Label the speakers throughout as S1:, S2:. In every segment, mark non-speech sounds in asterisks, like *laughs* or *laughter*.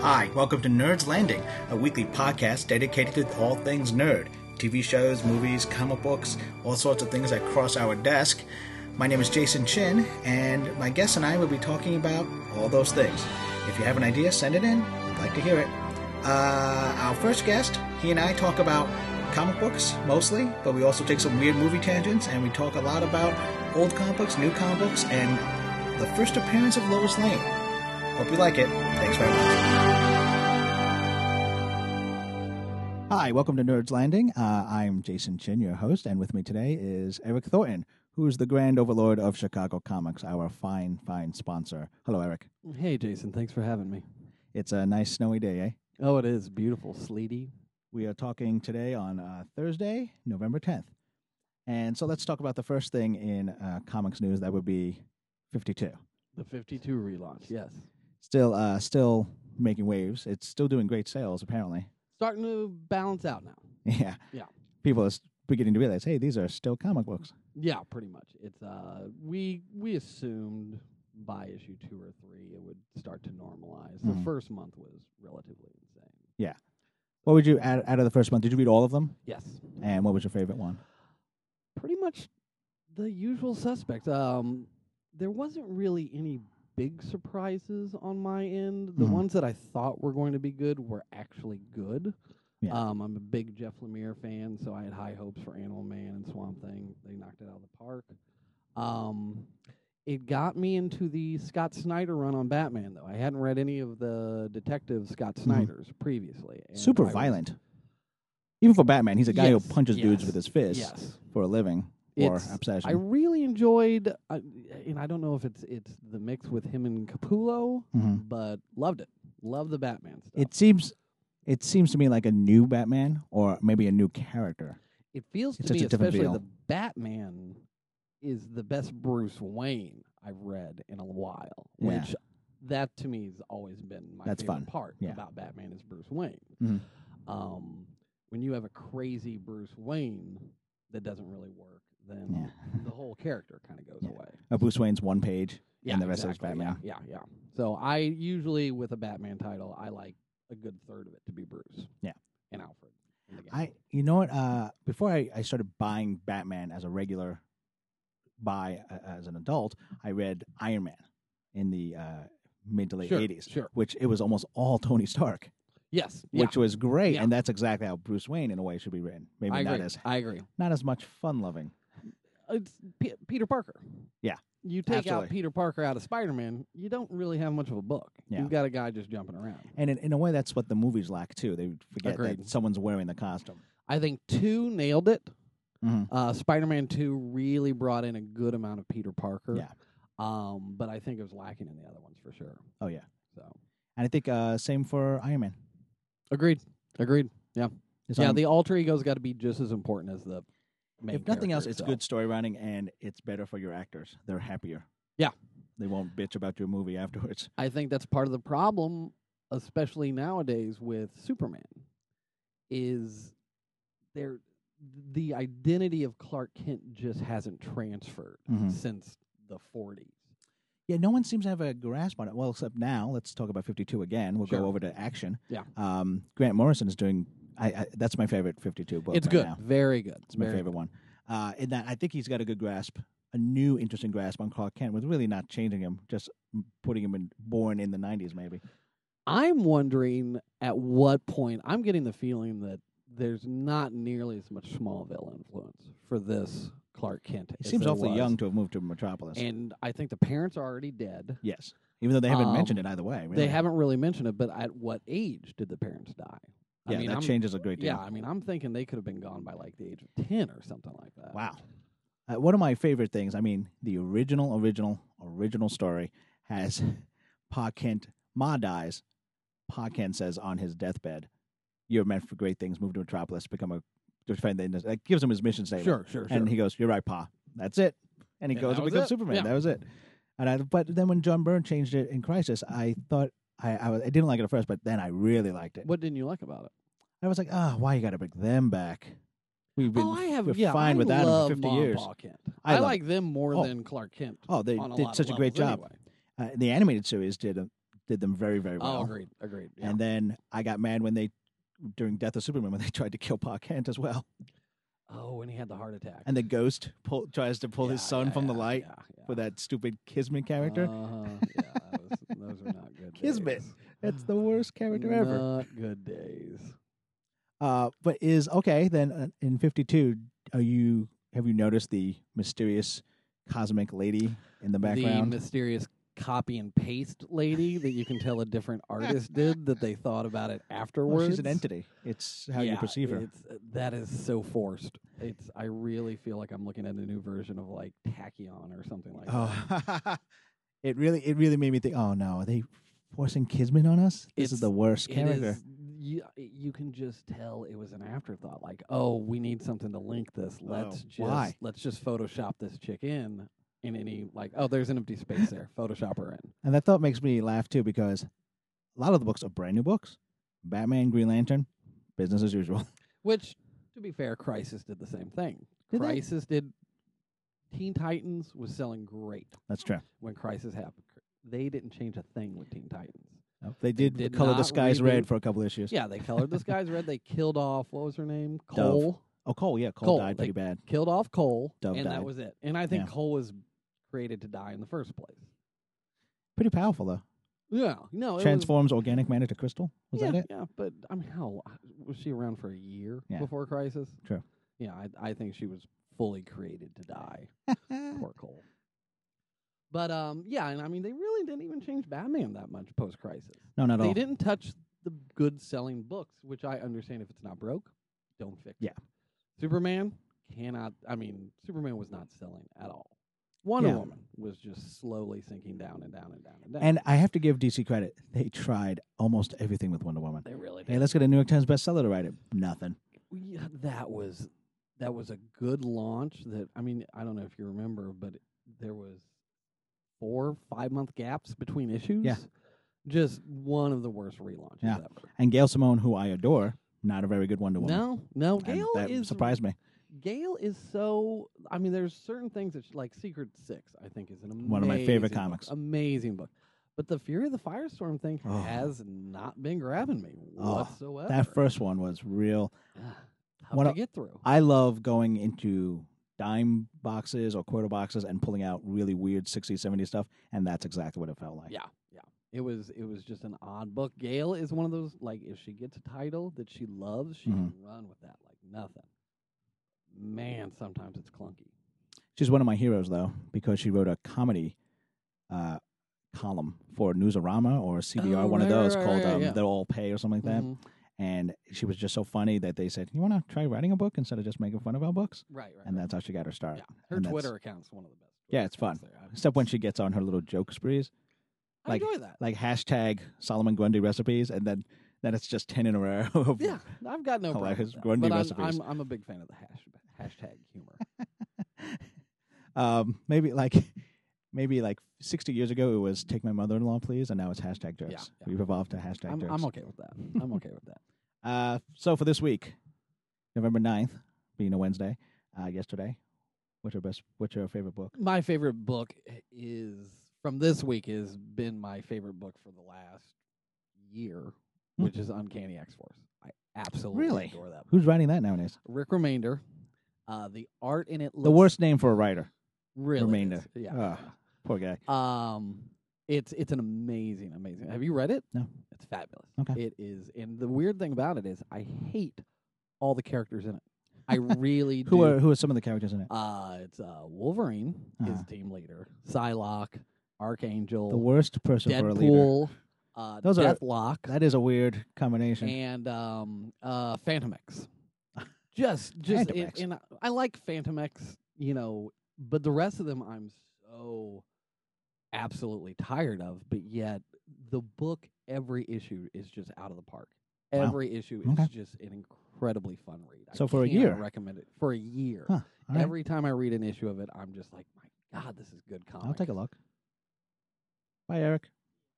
S1: Hi, welcome to Nerds Landing, a weekly podcast dedicated to all things nerd TV shows, movies, comic books, all sorts of things that cross our desk. My name is Jason Chin, and my guest and I will be talking about all those things. If you have an idea, send it in. We'd like to hear it. Uh, our first guest, he and I talk about comic books mostly, but we also take some weird movie tangents, and we talk a lot about old comic books, new comic books, and the first appearance of Lois Lane. Hope you like it. Thanks very much. Hi, welcome to Nerds Landing. Uh, I'm Jason Chin, your host, and with me today is Eric Thornton, who is the grand overlord of Chicago Comics, our fine, fine sponsor. Hello, Eric.
S2: Hey, Jason. Thanks for having me.
S1: It's a nice snowy day, eh?
S2: Oh, it is beautiful, sleety.
S1: We are talking today on uh, Thursday, November 10th. And so let's talk about the first thing in uh, comics news that would be 52.
S2: The 52 relaunch. Yes.
S1: Still, uh, still making waves. It's still doing great sales, apparently. *laughs*
S2: Starting to balance out now.
S1: Yeah.
S2: Yeah.
S1: People are s- beginning to realize, hey, these are still comic books.
S2: Yeah, pretty much. It's uh we we assumed by issue 2 or 3 it would start to normalize.
S1: Mhm.
S2: The first month was relatively insane.
S1: What would you out, out of the first month? Did you read all of them?
S2: Yes.
S1: And what was your favorite one?
S2: Pretty much the usual suspects. Um there wasn't really any big surprises on my end. The
S1: Mhm.
S2: ones that I thought were going to be good were actually good.
S1: Yeah.
S2: Um, I'm a big Jeff Lemire fan, so I had high hopes for Animal Man and Swamp Thing. They knocked it out of the park. Um, it got me into the Scott Snyder run on Batman, though. I hadn't read any of the Detective Scott Snyder's previously. and
S1: Mm-hmm. Super
S2: I was-
S1: violent. Even for Batman, he's a guy
S2: Yes,
S1: who punches dudes
S2: yes,
S1: with his fist
S2: Yes.
S1: for a living or
S2: It's-
S1: obsession.
S2: I really enjoyed, uh, and I don't know if it's it's the mix with him and Capullo,
S1: Mhm.
S2: but loved it. Love the Batman stuff.
S1: It seems, it seems to me like a new Batman or maybe a new character.
S2: It feels
S1: It's
S2: to
S1: such
S2: me,
S1: a different
S2: especially
S1: feel.
S2: the Batman is the best Bruce Wayne I've read in a while.
S1: Yeah.
S2: Which that to me has always been my
S1: That's
S2: favorite
S1: fun.
S2: part
S1: Yeah.
S2: about Batman is Bruce Wayne.
S1: Mhm.
S2: Um, when you have a crazy Bruce Wayne that doesn't really work, then
S1: *laughs* Yeah.
S2: the whole character kind of goes
S1: Yeah.
S2: away.
S1: Uh, Bruce Wayne's one page. And the rest of it's
S2: exactly, yeah, Yeah, yeah. So I usually with a Batman title, I like a good third of it to be Bruce.
S1: Yeah.
S2: and Alfred. in the game.
S1: I, you know what? Uh, before I, I started buying Batman as a regular buy uh, as an adult, I read Iron Man in the uh, mid to late
S2: Sure,
S1: 80s,
S2: sure.
S1: which it was almost all Tony Stark.
S2: yes, yeah.
S1: which was great,
S2: Yeah.
S1: and that's exactly how Bruce Wayne, in a way, should be written. Maybe
S2: I
S1: not
S2: agree.
S1: as
S2: I agree.
S1: not as much fun loving.
S2: It's P- Peter Parker.
S1: Yeah,
S2: You take
S1: absolutely.
S2: out Peter Parker out of Spider Man, you don't really have much of a book.
S1: Yeah.
S2: You've got a guy just jumping around.
S1: And in, in a way, that's what the movies lack too. They forget that
S2: Agreed.
S1: someone's wearing the costume.
S2: I think two nailed it.
S1: Mhm.
S2: Uh, Spider Man two really brought in a good amount of Peter Parker.
S1: Yeah.
S2: Um, but I think it was lacking in the other ones for sure.
S1: Oh yeah,
S2: So
S1: and I think uh, same for Iron Man.
S2: agreed. Agreed. Yeah.
S1: It's
S2: yeah.
S1: on-
S2: The alter ego's got to be just as important as the. Main
S1: if nothing
S2: character
S1: else, it's
S2: itself.
S1: good story writing, and it's better for your actors. They're happier.
S2: Yeah.
S1: they won't bitch about your movie afterwards.
S2: I think that's part of the problem, especially nowadays with Superman, is there the identity of Clark Kent just hasn't transferred
S1: Mhm.
S2: since the 40s.
S1: Yeah, no one seems to have a grasp on it. Well, except now, let's talk about 52 again. We'll
S2: Sure.
S1: go over to action.
S2: Yeah.
S1: Um, Grant Morrison is doing. I, I that's my favorite 52 book.
S2: it's
S1: right
S2: good,
S1: now.
S2: very good.
S1: It's my
S2: very
S1: favorite one. Uh, in that, I think he's got a good grasp, a new interesting grasp on Clark Kent, with really not changing him, just m- putting him in born in the '90s, maybe.
S2: I'm wondering at what point I'm getting the feeling that there's not nearly as much Smallville influence for this Clark Kent.
S1: He
S2: as
S1: seems
S2: there
S1: awfully
S2: was.
S1: young to have moved to Metropolis.
S2: and I think the parents are already dead.
S1: yes, even though they haven't
S2: Um,
S1: mentioned it either way. Really.
S2: They haven't really mentioned it, but at what age did the parents die?
S1: Yeah,
S2: I mean,
S1: that
S2: I'm,
S1: changes a great
S2: yeah,
S1: deal.
S2: I mean, I'm thinking they could have been gone by like the age of ten or something like that.
S1: Wow. Uh, one of my favorite things. I mean, the original, original, original story has *laughs* Pa Kent. Ma dies. Pa Kent says on his deathbed, "You're meant for great things. Move to Metropolis. Become a defender." That gives him his mission statement.
S2: Sure, sure, sure.
S1: And he goes, "You're right, Pa. That's it." And he
S2: And
S1: goes
S2: that
S1: and
S2: was
S1: becomes
S2: it.
S1: Superman.
S2: Yeah.
S1: That was it. And I, but then when John Byrne changed it in Crisis, I thought I, I, was- I didn't like it at first, but then I really liked it.
S2: what didn't you like about it?
S1: I was like, "Ah, why you got to bring them back? We've been
S2: oh, I have.
S1: we're
S2: yeah,
S1: fine
S2: I
S1: without
S2: love
S1: him for 50
S2: Ma and
S1: years."
S2: Pa Kent.
S1: I
S2: I,
S1: love-
S2: like them more
S1: Oh.
S2: than Clark Kent.
S1: Oh, they
S2: on a
S1: did
S2: lot
S1: such
S2: of
S1: a great
S2: levels
S1: job.
S2: anyway.
S1: Uh, the animated series did a did them very very well.
S2: Oh, agreed, agreed. Yeah.
S1: And then I got mad when they during Death of Superman when they *laughs* tried to kill Pa Kent as well,
S2: oh, when he had the heart attack
S1: and the ghost pull, tries to pull his
S2: Yeah,
S1: son
S2: yeah,
S1: from the
S2: yeah,
S1: light
S2: yeah, yeah.
S1: for that stupid Kismet character.
S2: Uh-huh. Yeah, that was, those are not
S1: *laughs*
S2: good.
S1: Kismet.
S2: days.
S1: That's the worst character ever.
S2: Not good days.
S1: Uh, but is okay then uh, in fifty two? Are you have you noticed the mysterious cosmic lady in the background?
S2: The mysterious copy and paste lady that you can tell
S1: *laughs*
S2: a different artist did that they thought about it
S1: Well,
S2: afterwards.
S1: she's an entity. It's how you
S2: Yeah,
S1: perceive her.
S2: It's, that is so forced. It's. I really feel like I'm looking at a new version of like Tachyon or something like that.
S1: Oh, *laughs* it really it really made me think. Oh no, are they forcing Kismet on us? This is
S2: It's-
S1: the worst
S2: It
S1: character.
S2: is. You, you can just tell it was an afterthought. Like, oh, we need something to link this. Let's just
S1: Oh, why?
S2: let's just Photoshop this chick in in any like. Oh, there's an empty space there. Photoshop her in.
S1: And that thought makes me laugh too because a lot of the books are brand new books. Batman, Green Lantern, business as usual. *laughs*
S2: Which, to be fair, Crisis did the same thing.
S1: Did they?
S2: Crisis did. Teen Titans was selling great
S1: That's true.
S2: when Crisis happened. They didn't change a thing with Teen Titans.
S1: They did,
S2: did
S1: color the
S2: not
S1: skies red
S2: reboot-
S1: for a couple issues.
S2: Yeah, they colored the skies red. They killed off what was her name?
S1: Dove.
S2: Cole.
S1: Oh, Cole. Yeah, Cole,
S2: Cole,
S1: died pretty bad.
S2: Killed off Cole,
S1: Dove
S2: and
S1: died.
S2: that was it. And I think
S1: Yeah.
S2: Cole was created to die in the first place.
S1: Pretty powerful though.
S2: Yeah, no, Oh, it was-
S1: Transforms organic matter to crystal. Was
S2: yeah,
S1: that it?
S2: Yeah, but I mean, how uh, was she around for a year
S1: Yeah.
S2: before Crisis?
S1: True.
S2: Yeah, I, I think she was fully created to die. Poor Cole. But um, yeah, and I mean, they really didn't even change Batman that much post Crisis.
S1: No, not at
S2: They
S1: all.
S2: didn't touch the good selling books, which I understand if it's not broke, don't fix
S1: Yeah.
S2: it. Superman cannot, I mean, Superman was not selling at all. Wonder
S1: Yeah.
S2: Woman was just slowly sinking down and down and down and down.
S1: And I have to give DC credit. They tried almost everything with Wonder Woman.
S2: they really did.
S1: Hey, let's get a New York Times bestseller to write it. Nothing.
S2: yeah, that was that was a good launch that i mean i don't know if you remember but there was four five month gaps between issues just one of the worst relaunches
S1: Yeah.
S2: ever
S1: And Gail Simone, who I adore, not a very good Wonder Woman.
S2: no no
S1: And
S2: gail
S1: that
S2: is
S1: surprised me.
S2: gail is so i mean there's certain things that she- like secret six i think is an amazing
S1: One of my favorite
S2: book,
S1: comics.
S2: amazing book but the fury of the firestorm thing
S1: Oh.
S2: has not been grabbing me
S1: Oh,
S2: whatsoever
S1: That first one was real.
S2: Ugh, *sighs* tough
S1: What
S2: to
S1: a-
S2: get through
S1: I love going into dime boxes or quarter boxes and pulling out really weird 60s, 70s stuff, and that's exactly what it felt like.
S2: Yeah, yeah. It was it was just an odd book. Gail is one of those like if she gets a title that she loves, she
S1: Mhm.
S2: can run with that like nothing. Man, sometimes it's clunky.
S1: She's one of my heroes, though, because she wrote a comedy uh, column for Newsarama or CBR,
S2: Oh,
S1: one of
S2: right, right,
S1: those
S2: right,
S1: called
S2: right,
S1: um,
S2: yeah.
S1: They'll All Pay or something like that.
S2: Mhm.
S1: And she was just so funny that they said, You want to try writing a book instead of just making fun of our books?
S2: Right, right.
S1: And
S2: right.
S1: that's how she got her start.
S2: yeah. Her
S1: and that's-
S2: Twitter account's one of the best.
S1: Yeah, it's fun. Except when she gets on her little joke sprees,
S2: I
S1: like-
S2: enjoy that.
S1: like hashtag Solomon Grundy recipes, and then, then it's just 10 in a row *laughs* of
S2: yeah, I've
S1: *laughs*
S2: got no problem.
S1: hilarious
S2: with that.
S1: Grundy
S2: but I'm,
S1: recipes.
S2: I'm I'm a big fan of the hash, hashtag humor.
S1: um, maybe like maybe like 60 years ago it was take my mother-in-law please and now it's hashtag jerks
S2: yeah.
S1: we've evolved to hashtag
S2: I'm,
S1: jerks
S2: I'm okay with that. I'm okay with that.
S1: uh, so for this week november 9th being a wednesday uh, yesterday what's your best what's your favorite book
S2: My favorite book is from this week has been my favorite book for the last year,
S1: Hmm.
S2: which is Uncanny X Force. I absolutely
S1: Really?
S2: adore that. Book.
S1: who's writing that nowadays
S2: Rick Remainder, uh, the art in it. Looks
S1: the worst Ah. name for a writer
S2: really
S1: Remainder.
S2: is- Yeah.
S1: Ugh. poor guy
S2: Um, it's it's an amazing, amazing. Have you read it?
S1: No.
S2: It's fabulous.
S1: Okay.
S2: It is, and the weird thing about it is, I hate all the characters in it. I really
S1: *laughs* who
S2: do.
S1: are who are some of the characters in it
S2: Uh, it's uh, Wolverine, his
S1: Uh-huh.
S2: team leader, Psylocke, Archangel,
S1: the worst person for a leader
S2: Deadpool, uh,
S1: Those are-
S2: Deathlock,
S1: that is a weird combination
S2: and um, uh, Phantom
S1: *laughs*
S2: X. just, just,
S1: Phantom
S2: and-
S1: X.
S2: and I like Phantom X, you know, but the rest of them I'm so absolutely tired of. But yet, the book, every issue is just out of the park.
S1: Wow.
S2: Every issue is
S1: Okay.
S2: just an incredibly fun read. I
S1: So for a
S2: cannot
S1: year.
S2: recommend it for a year.
S1: Huh, all right.
S2: Every time I read an issue of it, I'm just like, my God, this is good comic.
S1: i'll take a look bye eric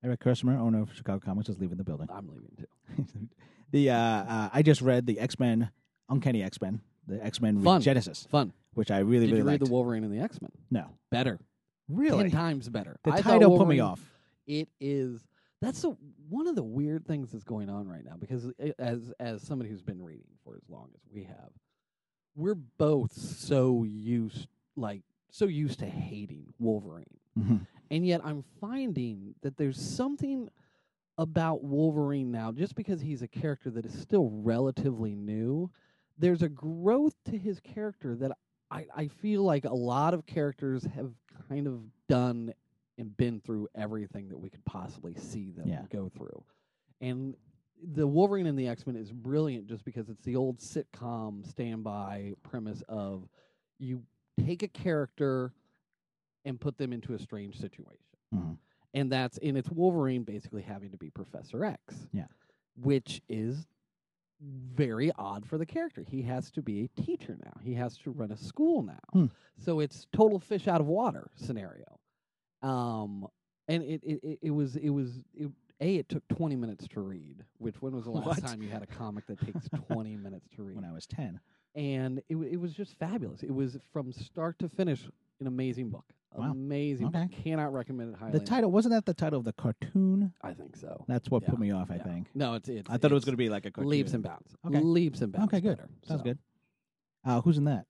S1: eric Kershmer, owner of chicago comics is leaving the building *laughs*
S2: I'm leaving too.
S1: the uh, uh, I just read the X Men, Uncanny X Men, the X Men
S2: Fun.
S1: Genesis,
S2: Fun.
S1: which I really
S2: Did
S1: really
S2: you read
S1: liked.
S2: the Wolverine and the X Men?
S1: no,
S2: Better.
S1: really,
S2: Ten times better.
S1: the
S2: I thought
S1: title put me
S2: Wolverine-
S1: off.
S2: It is that's the one of the weird things that's going on right now because i as as somebody who's been reading for as long as we have, we're both so used like so used to hating Wolverine.
S1: Mhm.
S2: And yet I'm finding that there's something about Wolverine now, just because he's a character that is still relatively new, there's a growth to his character that I, I feel like a lot of characters have kind of done and been through everything that we could possibly see them
S1: Yeah.
S2: go through. And the Wolverine and the X Men is brilliant just because it's the old sitcom standby premise of you take a character and put them into a strange situation.
S1: Mhm.
S2: And that's and it's Wolverine basically having to be Professor X.
S1: Yeah.
S2: Which is very odd for the character. He has to be a teacher now. He has to run a school now.
S1: Hmm.
S2: So it's total fish out of water scenario. Um and it it, it, it was it was it, a it took 20 minutes to read, which when was the last
S1: What?
S2: time you had a comic that takes
S1: *laughs*
S2: 20 minutes to read?
S1: when I was ten.
S2: and it, wa- it was just fabulous. It was from start to finish an amazing book.
S1: Wow.
S2: Amazing. book.
S1: Okay.
S2: Cannot recommend it highly.
S1: The
S2: enough.
S1: title wasn't that the title of the cartoon?
S2: I think so.
S1: That's what
S2: Yeah,
S1: put me off. I
S2: yeah.
S1: think
S2: No, it's it's.
S1: I thought it was
S2: it's
S1: going to be like a cartoon.
S2: leaps and bounds.
S1: Okay.
S2: Leaps and bounds.
S1: Okay, good.
S2: Better,
S1: Sounds
S2: so.
S1: good. Uh, who's in that?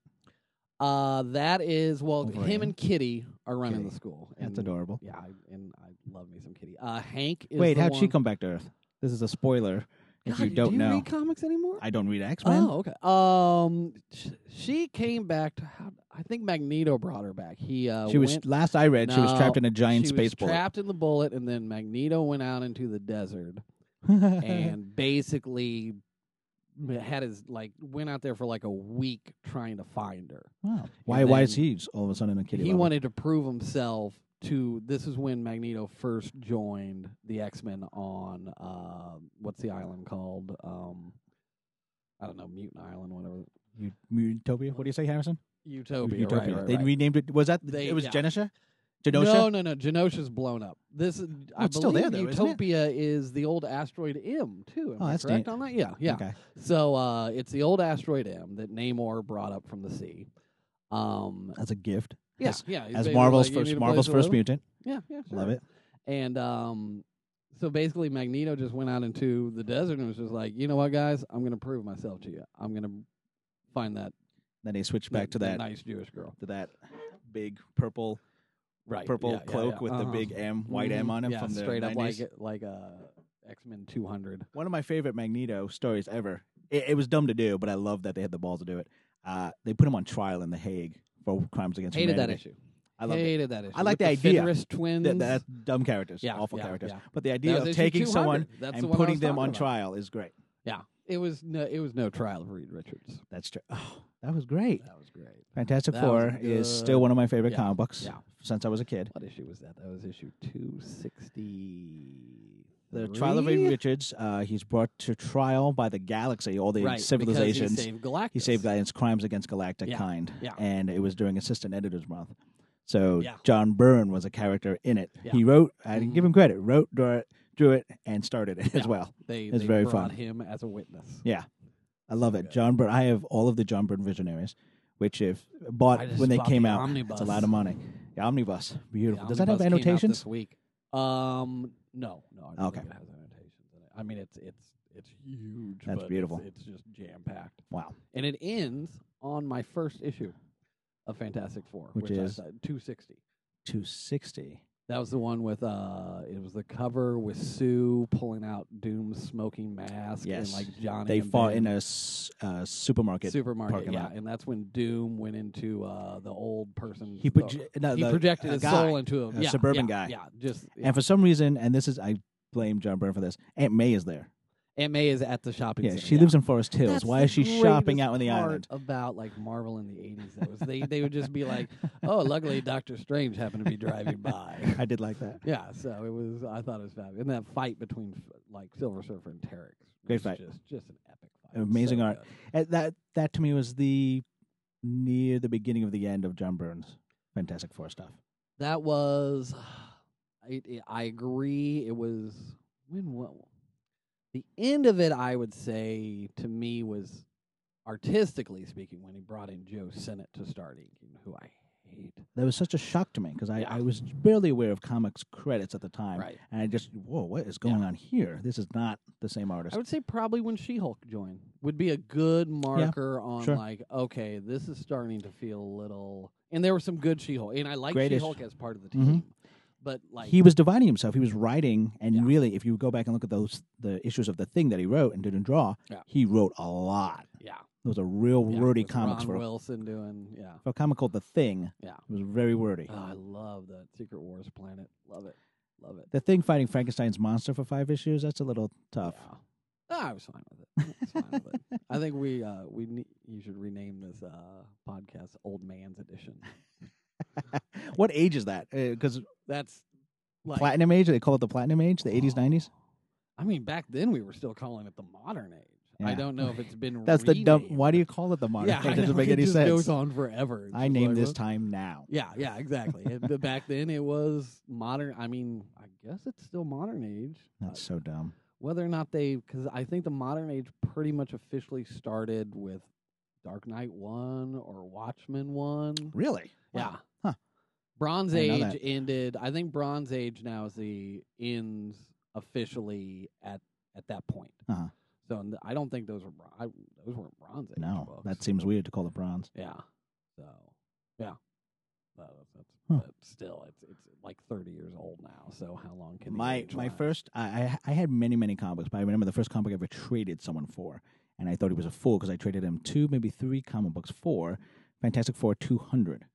S2: Uh, that is well, him
S1: Wolverine.
S2: and Kitty are running
S1: Kitty.
S2: the school.
S1: That's
S2: and-
S1: adorable.
S2: Yeah, I, and I love me some Kitty. Uh, Hank is.
S1: Wait,
S2: the
S1: how'd she
S2: one-
S1: come back to Earth? This is a spoiler. If
S2: God,
S1: you don't
S2: do you
S1: know,
S2: read comics anymore?
S1: I don't read X Men.
S2: Oh, okay. Um, sh- she came back to how? I think Magneto brought her back. He uh,
S1: she was
S2: went,
S1: last I read. she was
S2: No,
S1: trapped in a giant
S2: she
S1: space
S2: was
S1: bullet. *laughs*
S2: trapped in the bullet, and then Magneto went out into the desert and basically had his like went out there for like a week trying to find her.
S1: Wow. Why? why is
S2: then
S1: he all of a sudden a kitty?
S2: he
S1: lover?
S2: wanted to prove himself to. This is when Magneto first joined the X Men on uh, what's the island called? Um, I don't know, Mutant Island, whatever.
S1: You, Utopia. What do you say, Harrison?
S2: Utopia.
S1: Utopia.
S2: Right, right,
S1: they
S2: right.
S1: renamed it. Was that?
S2: They-
S1: it was
S2: yeah.
S1: Genosha.
S2: No,
S1: Genosha.
S2: no, no. Genosha's blown up. This is, I
S1: it's still there,
S2: believe
S1: though, isn't it?
S2: Utopia is the old asteroid M too. Am
S1: Oh,
S2: I
S1: that's
S2: correct
S1: neat.
S2: on that? Yeah, yeah.
S1: Okay.
S2: So uh, it's the old asteroid M that Namor brought up from the sea. Um,
S1: As a gift.
S2: yeah,
S1: As,
S2: yeah. he's
S1: as
S2: basically
S1: Marvel's
S2: like, "You need
S1: first
S2: a
S1: Marvel's
S2: place to
S1: first
S2: live?"
S1: mutant.
S2: Yeah, yeah. Sure.
S1: Love it.
S2: And um, so basically, Magneto just went out into the desert and was just like, you know what, guys, I'm going to prove myself to you. I'm going to find that
S1: Then they switched back to
S2: that
S1: that
S2: nice Jewish girl.
S1: to that big purple
S2: Right.
S1: purple
S2: yeah, yeah,
S1: cloak
S2: yeah.
S1: with the
S2: Uh-huh.
S1: big M white M
S2: Mhm.
S1: on him
S2: yeah,
S1: from the
S2: straight
S1: 90s.
S2: up like it- like uh, X Men 200.
S1: One of my favorite Magneto stories ever. It, it was dumb to do, but I love that they had the balls to do it. Uh, they put him on trial in the Hague for crimes against
S2: Hated that
S1: humanity.
S2: issue.
S1: I love it.
S2: Hated that issue.
S1: I like
S2: With
S1: the idea
S2: Fenris twins.
S1: That, that's dumb characters,
S2: Yeah,
S1: awful
S2: yeah,
S1: characters.
S2: yeah.
S1: But the
S2: That
S1: idea
S2: was
S1: of
S2: issue
S1: taking
S2: 200.
S1: someone
S2: That's the
S1: and
S2: one I
S1: putting
S2: was
S1: them
S2: talking
S1: on
S2: about.
S1: trial is great.
S2: It was no, it was no trial of Reed Richards.
S1: That's true. Oh, that was great.
S2: That was great.
S1: Fantastic
S2: That was
S1: Four is still
S2: good.
S1: one of my favorite
S2: Yeah,
S1: comic books
S2: yeah.
S1: since I was a kid.
S2: What issue was that? That was issue two sixty.
S1: The trial of Reed Richards, uh, he's brought to trial by the galaxy, all the
S2: right,
S1: civilizations.
S2: Because he saved Galactus.
S1: He saved Lions Crimes Against Galactic
S2: Yeah,
S1: Kind.
S2: yeah.
S1: And it was during Assistant Editor's Month. So
S2: Yeah.
S1: John Byrne was a character in it.
S2: Yeah.
S1: He wrote, I didn't give
S2: Mhm.
S1: him credit, wrote, drew it, drew it and started it as
S2: Yeah.
S1: well.
S2: They,
S1: It's
S2: they
S1: very fun.
S2: brought him as a witness.
S1: Yeah. I love it.
S2: Okay.
S1: John Byrne. I have all of the John Byrne Visionaries, which if
S2: I
S1: bought
S2: just
S1: when they
S2: bought
S1: came
S2: the
S1: out,
S2: omnibus.
S1: it's a lot of money. The Omnibus. Beautiful.
S2: The
S1: Does that have
S2: Omnibus came out
S1: annotations?
S2: this week? Um, no, no. I don't
S1: Okay.
S2: think it has annotations in it. I mean, it's it's it's huge.
S1: That's
S2: but
S1: beautiful.
S2: It's, it's just jam packed,
S1: Wow.
S2: and it ends on my first issue of Fantastic Four,
S1: Which
S2: which,
S1: is?
S2: two sixty.
S1: 260.
S2: That was the one with uh, it was the cover with Sue pulling out Doom's smoking mask
S1: Yes.
S2: and like Johnny.
S1: They
S2: and
S1: fought
S2: Ben
S1: in a s- uh, supermarket.
S2: supermarket,
S1: parking
S2: yeah,
S1: lot.
S2: and that's when Doom went into uh the old person.
S1: he proje- no,
S2: Oh. he
S1: the-
S2: projected
S1: a
S2: his
S1: guy.
S2: soul into a,
S1: a
S2: yeah,
S1: suburban
S2: yeah,
S1: guy.
S2: Yeah, just
S1: And for some reason, and this is I blame John Byrne for this. Aunt May is there.
S2: Aunt May is at the shopping.
S1: Yeah,
S2: center,
S1: she lives in Forest Hills.
S2: That's
S1: Why
S2: the
S1: is she shopping
S2: greatest
S1: out on the
S2: part
S1: island?
S2: About like Marvel in the eighties, that was they. They would just be like, *laughs* "Oh, luckily Doctor Strange happened to be
S1: *laughs*
S2: driving by."
S1: I did like
S2: *laughs*
S1: that.
S2: yeah, so it was. I thought it was fabulous. And that fight between f- like Silver Surfer and Terex,
S1: Great
S2: was
S1: fight.
S2: just just an epic fight.
S1: Amazing
S2: So
S1: art.
S2: good.
S1: And that that to me was the near the beginning of the end of John Byrne's Fantastic Four stuff.
S2: That was. *sighs* I, eh, I I agree. It was when what the end of it. I would say to me was artistically speaking when he brought in Joe Sennett to start inking, who I great.
S1: That was such a shock to me because I,
S2: Yeah.
S1: I was barely aware of comics credits at the time,
S2: Right.
S1: and I just whoa, what is going on here? This is not the same artist.
S2: I would say probably when She Hulk joined would be a good marker on
S1: sure.
S2: like, okay, this is starting to feel a little. And there were some good She Hulk, and I like She
S1: Greatest-
S2: Hulk as part of the team,
S1: Mhm.
S2: but like
S1: he was dividing himself. He was writing, and
S2: Yeah.
S1: really, if you go back and look at those the issues of the thing that he wrote and didn't draw,
S2: Yeah.
S1: he wrote a lot.
S2: yeah,
S1: Those are real
S2: yeah
S1: wordy
S2: with
S1: comics
S2: Ron
S1: for,
S2: Wilson doing yeah.
S1: for a comic called The Thing.
S2: Yeah.
S1: it was very wordy.
S2: Oh, I love that Secret Wars planet. Love it, love it.
S1: the Thing fighting Frankenstein's monster for five issues—that's a little tough.
S2: Yeah. Ah, I was fine with it. I was fine with
S1: *laughs*
S2: it. I think we uh, we ne- you should rename this uh, podcast "Old Man's Edition."
S1: what age is that? Because
S2: That's like
S1: Platinum Age, they call it the Platinum Age, the
S2: Oh,
S1: 80s, 90s.
S2: I mean, back then we were still calling it the modern age. I
S1: Yeah.
S2: don't know if it's been.
S1: That's the dumb.
S2: renamed.
S1: Why do you call it the modern
S2: Yeah,
S1: age?
S2: I
S1: *laughs* It doesn't
S2: know,
S1: make
S2: it
S1: any
S2: just
S1: sense.
S2: Goes on forever. It's
S1: I
S2: just
S1: name
S2: like,
S1: this
S2: well-
S1: time now.
S2: Yeah, yeah, exactly. It- the- back then it was modern. I mean, I guess it's still modern age. Uh,
S1: That's so dumb.
S2: whether or not they, because I think the modern age pretty much officially started with Dark Knight One or Watchmen One.
S1: Really?
S2: Yeah.
S1: Huh.
S2: Bronze
S1: I didn't know
S2: Age
S1: that.
S2: ended. I think Bronze Age now is the ends officially at at that point.
S1: Uh-huh.
S2: So n- I don't think those were bron- I, those weren't Bronze Age.
S1: No,
S2: books.
S1: that seems weird to call it bronze.
S2: yeah. So yeah, no, that's, that's
S1: Huh.
S2: but still it's it's like thirty years old now. So how long can the
S1: My
S2: age
S1: my
S2: last?
S1: first, I, I I had many many comic books, but I remember the first comic I ever traded someone for, and I thought he was a fool because I traded him two, maybe three comic books for Fantastic Four two hundred,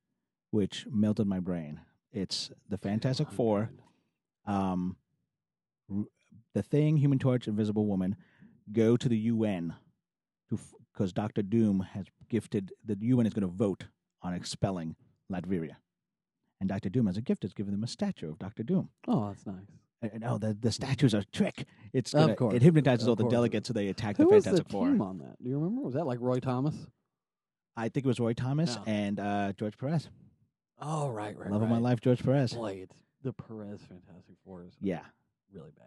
S1: which melted my brain. It's the
S2: Oh,
S1: Fantastic Four,
S2: 200.
S1: um, r- the Thing, Human Torch, Invisible Woman, go to the UN to because Doctor Doom has gifted the UN is going to vote on expelling Latveria, and Doctor Doom as a gift has given them a statue of Doctor Doom.
S2: Oh, that's nice.
S1: Uh, No, the the statues are a trick. It's
S2: Of
S1: gonna,
S2: course it
S1: it
S2: is,
S1: hypnotizes
S2: of
S1: all the
S2: course it
S1: delegates, so they attack
S2: Who
S1: the
S2: was the
S1: Fantastic Four.
S2: team on that? Do you remember? Was that like Roy Thomas?
S1: I think it was Roy Thomas
S2: No.
S1: and uh, George Perez.
S2: Oh, right, right.
S1: Love of my
S2: right.
S1: life, George Perez.
S2: Boy, it's the Perez Fantastic Four is
S1: Yeah,
S2: really bad.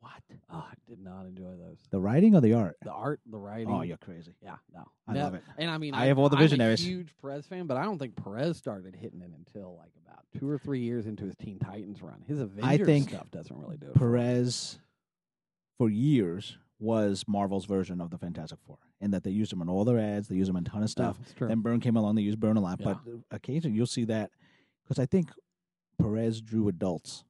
S2: What? Oh, I did not enjoy those.
S1: the writing or the art?
S2: The art, the writing.
S1: Oh, you're crazy.
S2: yeah, no,
S1: I
S2: No,
S1: love it.
S2: And I mean,
S1: I have all the
S2: I'm a
S1: visionaries.
S2: huge Perez fan, but I don't think Perez started hitting it until like about two or three years into his Teen Titans run. His Avengers
S1: think
S2: stuff doesn't really do it. for me.
S1: Perez, for years, was Marvel's version of the Fantastic Four, in that they used him in all their ads, they used him in a ton of
S2: No,
S1: stuff.
S2: it's true.
S1: Then Byrne came along, they used Byrne a lot,
S2: Yeah.
S1: but occasionally you'll see that because I think Perez drew adults,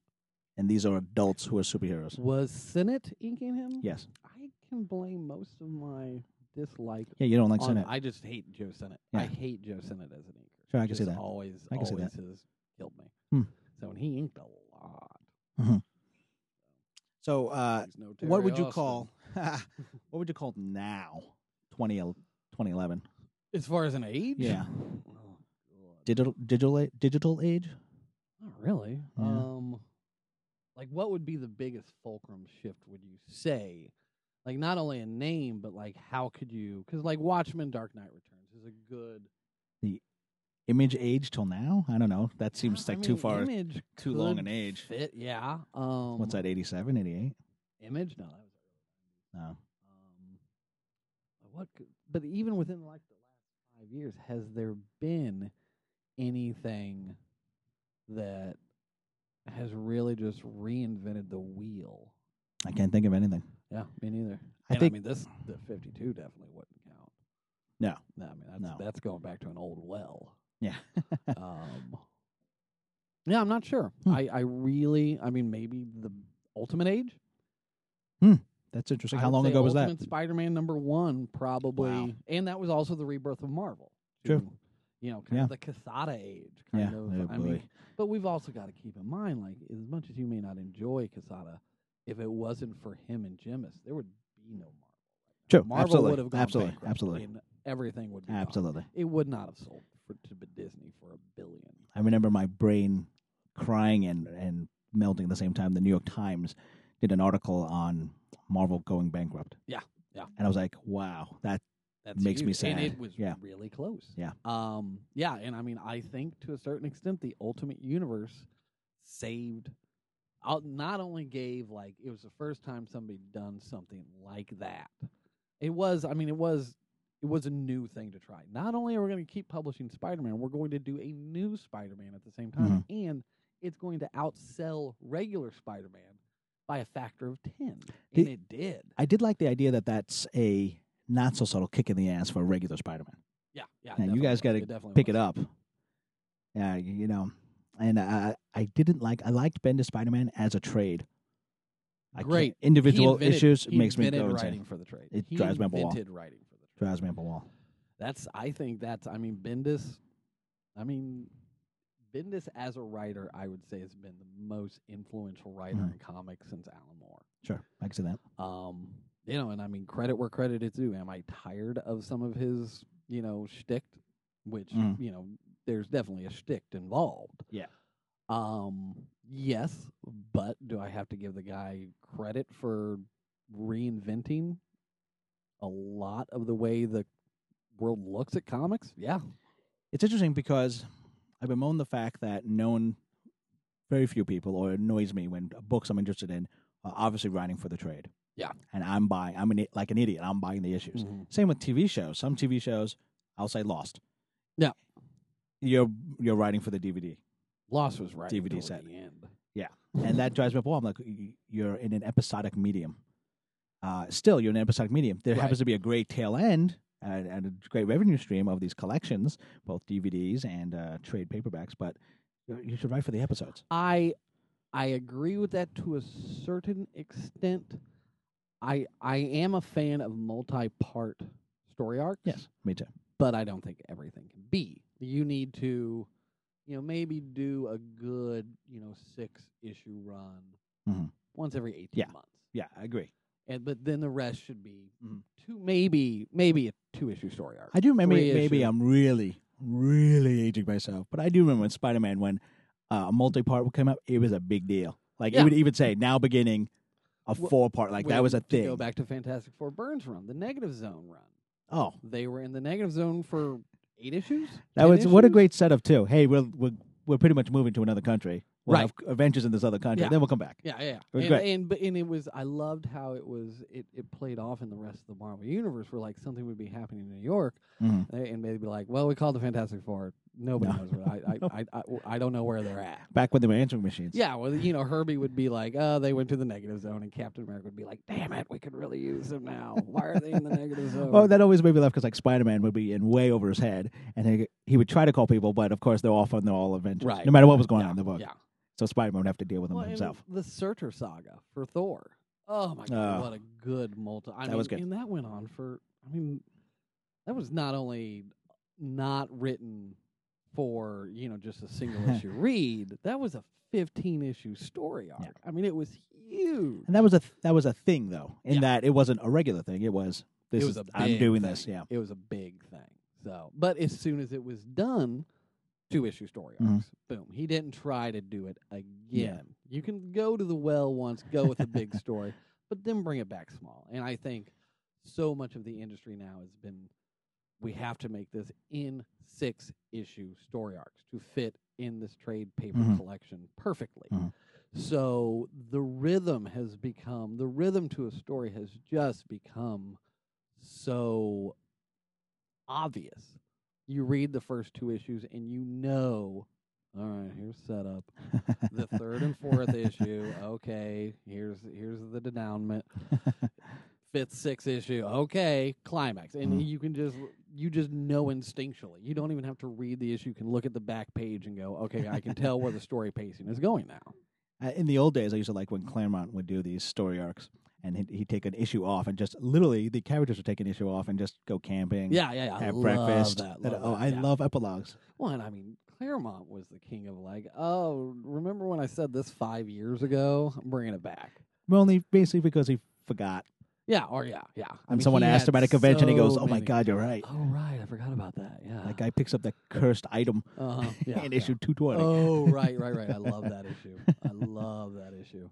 S1: and these are adults who are superheroes.
S2: Was Sinnott inking him?
S1: Yes.
S2: I can blame most of my dislike.
S1: Yeah, you don't like
S2: on,
S1: Senate.
S2: I just hate Joe Sinnott. I
S1: Yeah.
S2: hate Joe Sinnott as an inker.
S1: Sure, I can
S2: Just
S1: see that.
S2: Always,
S1: I can see
S2: always
S1: that.
S2: has killed me.
S1: Hmm.
S2: So when he inked a lot,
S1: So, uh,
S2: there's no
S1: what would
S2: Terry
S1: you
S2: Austin.
S1: call? *laughs* what would you call now? 20, 2011.
S2: As far as an age?
S1: Yeah.
S2: Oh, God.
S1: Digital, digital, a- digital age.
S2: Not really.
S1: Yeah.
S2: Um, like, what would be the biggest fulcrum shift? Would you say, like, not only a name, but like, how could you? Because like, Watchmen: Dark Knight Returns is a good.
S1: Image age till now. I don't know. That seems
S2: I
S1: like too
S2: mean,
S1: far.
S2: Image
S1: too long an
S2: could
S1: age.
S2: Fit, yeah. Um,
S1: What's that? 87, 88?
S2: Image? No, that was
S1: No.
S2: Um, what? Could, but even within like the last five years, has there been anything that has really just reinvented the wheel?
S1: I can't think of anything.
S2: Yeah, me neither.
S1: I
S2: And
S1: think-
S2: I mean this the fifty two definitely wouldn't count.
S1: No.
S2: No, I mean that's
S1: No.
S2: that's going back to an old
S1: *laughs*
S2: well.
S1: Yeah.
S2: um, yeah, I'm not sure.
S1: Hmm.
S2: I I really I mean maybe the ultimate age.
S1: That's interesting.
S2: I
S1: How
S2: would
S1: long
S2: say
S1: ago was that?
S2: Ultimate Spider-Man number one, probably,
S1: Wow.
S2: and that was also the rebirth of Marvel.
S1: True.
S2: too. You know, kind of the Casada age. Kind
S1: Yeah.
S2: Of,
S1: Oh,
S2: I
S1: boy.
S2: mean, but we've also got to keep in mind, like, as much as you may not enjoy Casada, if it wasn't for him and Jimis, there would be no Marvel.
S1: True.
S2: Marvel
S1: absolutely.
S2: would have gone
S1: absolutely.
S2: bankrupt,
S1: Absolutely.
S2: and everything would be gone.
S1: Absolutely.
S2: It would not have sold for, to b- Disney for a billion.
S1: I remember my brain crying and, and melting at the same time. The New York Times did an article on Marvel going bankrupt.
S2: Yeah, yeah.
S1: And I was like, wow, that
S2: That's
S1: Makes me
S2: huge. And
S1: sad.
S2: it was
S1: Yeah.
S2: really close.
S1: Yeah.
S2: Um. Yeah, and I mean, I think to a certain extent, the Ultimate Universe saved. uh, Not only gave like it was the first time somebody done something like that. It was. I mean, it was. it was a new thing to try. Not only are we going to keep publishing Spider Man, we're going to do a new Spider Man at the same time,
S1: Mm-hmm.
S2: and it's going to outsell regular Spider Man by a factor of ten, and
S1: Did-
S2: it did.
S1: I did like the idea that that's a not so subtle kick in the ass for a regular Spider Man.
S2: Yeah, yeah.
S1: Yeah, you
S2: it definitely
S1: guys
S2: was.
S1: gotta
S2: definitely
S1: Pick
S2: was.
S1: it up. Yeah, y- you know, and I I didn't like I liked Bendis Spider Man as a trade. I can't-
S2: Great. He
S1: individual
S2: invented-
S1: issues
S2: he
S1: makes me go
S2: invented
S1: insane.
S2: writing for the trade.
S1: It
S2: he
S1: drives me up a wall.
S2: invented writing for the trade.
S1: Drives me up a wall.
S2: That's I think that's I mean Bendis. I mean, Bendis as a writer, I would say has been the most influential writer
S1: Mhm.
S2: in comics since Alan Moore.
S1: Sure, I can see that.
S2: Um, you know, and I mean, credit where credit is due. Am I tired of some of his, you know, shtick? Which
S1: Mm.
S2: you know, there's definitely a shtick involved.
S1: Yeah.
S2: Um. Yes, but do I have to give the guy credit for reinventing a lot of the way the world looks at comics? Yeah.
S1: It's interesting because I bemoan the fact that no one, very few people, or it annoys me when books I'm interested in are obviously writing for the trade.
S2: Yeah.
S1: and I'm buying. I'm an, i- like an idiot. I'm buying the issues. Same with TV shows. Some TV shows, I'll say Lost.
S2: Yeah.
S1: You're you're writing for the DVD,
S2: Lost was right
S1: DVD
S2: toward
S1: set.
S2: the end.
S1: Yeah, and that drives me up a wall. I'm like, y- you're in an episodic medium. Uh, still, you're in an episodic medium. There
S2: Right.
S1: happens to be a great tail end and, and a great revenue stream of these collections, both DVDs and uh, trade paperbacks. But you you should write for the episodes.
S2: I I agree with that to a certain extent. I I am a fan of multi-part story arcs.
S1: Yes, me too.
S2: but I don't think everything can be. You need to, you know, maybe do a good, you know, six-issue run
S1: Mhm.
S2: once every eighteen
S1: Yeah.
S2: months,
S1: Yeah, I agree.
S2: and but then the rest should be
S1: Mhm.
S2: two, maybe maybe a two-issue story arc.
S1: I do remember.
S2: Three
S1: Maybe
S2: issue.
S1: I'm really, really aging myself, but I do remember when Spider Man when uh, a multi part would come up. It was a big deal. Like
S2: Yeah.
S1: it would even say now beginning a
S2: Well,
S1: four part. Like that
S2: When-
S1: was a
S2: to Go
S1: thing.
S2: back to Fantastic Four Burns run, the Negative Zone run.
S1: Oh,
S2: They were in the Negative Zone for eight issues.
S1: that
S2: 10
S1: was what a
S2: issues?
S1: great setup too. Hey, we're we're we're pretty much moving to another country. We'll
S2: Right.
S1: have adventures in this other country.
S2: Yeah.
S1: Then we'll come back.
S2: Yeah, yeah. yeah.
S1: was
S2: and,
S1: great.
S2: and but and it was I loved how it was it, it played off in the rest of the Marvel universe where like something would be happening in New York
S1: Mhm.
S2: eh, and they'd be like, Well, we called the Fantastic Four. Nobody
S1: *laughs* No.
S2: knows where I, I, I, I I don't know where they're at.
S1: Back when they were answering machines.
S2: Yeah, well, you know, Herbie would be like, "Oh, they went to the negative zone," and Captain America would be like, "Damn it, we could really use them now. Why are they in the negative zone?"
S1: *laughs* Oh, that always made me laugh because like Spider Man would be in way over his head, and he, he would try to call people, but of course they're off on their all adventures,
S2: Right.
S1: no matter what was going
S2: yeah,
S1: on in the book.
S2: Yeah,
S1: So Spider Man would have to deal with them
S2: Well, and
S1: himself.
S2: The Surtur saga for Thor. Oh my god,
S1: Oh.
S2: what a good multi! I
S1: That
S2: mean,
S1: was good.
S2: and that went on for. I mean, that was not only not written for you know just
S1: *laughs*
S2: a single issue read. That was a fifteen issue story arc. I mean, it was huge.
S1: And that was a that was a thing though, in
S2: Yeah.
S1: that it wasn't a regular thing. It was this
S2: it was
S1: is
S2: a
S1: I'm
S2: big
S1: doing
S2: thing.
S1: this. Yeah.
S2: it was a big thing. So, but as soon as it was done, two issue story arcs.
S1: Mhm.
S2: Boom. He didn't try to do it again.
S1: Yeah.
S2: You can go to the well once, go with the big story, but then bring it back small. And I think so much of the industry now has been we have to make this in six issue story arcs to fit in this trade paper
S1: Mhm.
S2: collection perfectly.
S1: Mhm.
S2: So the rhythm has become the rhythm to a story has just become so obvious. You read the first two issues and you know, all right, here's setup. *laughs* The third and fourth issue, okay, here's here's
S1: *laughs*
S2: the denouement. Fifth, sixth issue, okay, climax. And
S1: Mhm.
S2: you can just you just know instinctually. You don't even have to read the issue. You can look at the back page and go, okay, I can tell where the story pacing is going now.
S1: Uh, *laughs* in the old days, I used to like when Claremont would do these story arcs, and he'd, he'd take an issue off and just literally the characters would take an issue off and just go camping.
S2: Yeah, yeah, yeah. I
S1: Have
S2: love
S1: breakfast.
S2: That,
S1: That-
S2: love
S1: oh,
S2: that,
S1: I
S2: yeah.
S1: love epilogues.
S2: Well, and I mean, Claremont was the king of like, oh, remember when I said this five years ago? I'm bringing it back.
S1: Only basically because he forgot.
S2: Yeah, or yeah, yeah. I
S1: And
S2: mean,
S1: someone
S2: he
S1: asked him
S2: had
S1: at a convention, he goes,
S2: so
S1: "Oh my
S2: many-
S1: God, you're right."
S2: Oh right, I forgot about that. Yeah, *sighs*
S1: That guy picks up that cursed item
S2: uh-huh.
S1: *laughs*
S2: yeah,
S1: in
S2: yeah.
S1: issue 220. *laughs*
S2: Oh right, right, right. I love that issue. I love that issue.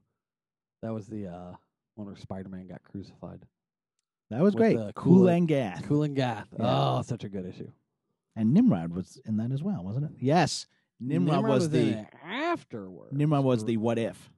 S2: That was the uh, one where Spider-Man got crucified.
S1: that was
S2: with
S1: great.
S2: the
S1: Cool
S2: Kool-
S1: and Gath.
S2: Cool and Gath.
S1: Yeah.
S2: Oh, such a good issue.
S1: And Nimrod was in that as well, wasn't it? Yes. Nimrod, was,
S2: in
S1: the
S2: it afterwards.
S1: Nimrod was the
S2: Or-
S1: what if,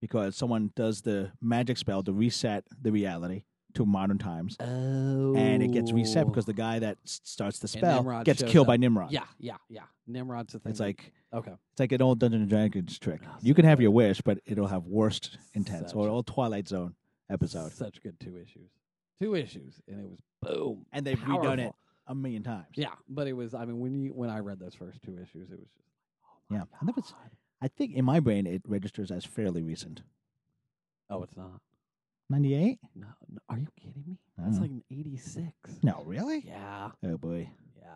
S1: because someone does the magic spell to reset the reality, to modern times,
S2: Oh.
S1: and it gets reset because the guy that s- starts the
S2: And
S1: spell
S2: Nimrod
S1: gets
S2: shows
S1: killed
S2: up.
S1: by Nimrod.
S2: Yeah, yeah, yeah. Nimrod's a thing.
S1: it's like
S2: okay,
S1: it's like an old Dungeons and Dragons trick.
S2: Ah,
S1: You can have
S2: so
S1: your wish, but it'll have worst intent,
S2: Such
S1: or
S2: a-
S1: old Twilight Zone episode,
S2: Such good two issues, two issues, and it was boom.
S1: and they've redone it
S2: powerful.
S1: a million times.
S2: Yeah, but it was. I mean, when you when I read those first two issues, it was just. Oh my
S1: Yeah, I never s-
S2: God.
S1: I think in my brain it registers as fairly recent.
S2: Oh, it's not.
S1: Ninety eight?
S2: No, no, are you kidding me?
S1: I
S2: That's
S1: dunno.
S2: like an '86.
S1: Mm. No, really?
S2: Yeah,
S1: Oh boy,
S2: yeah.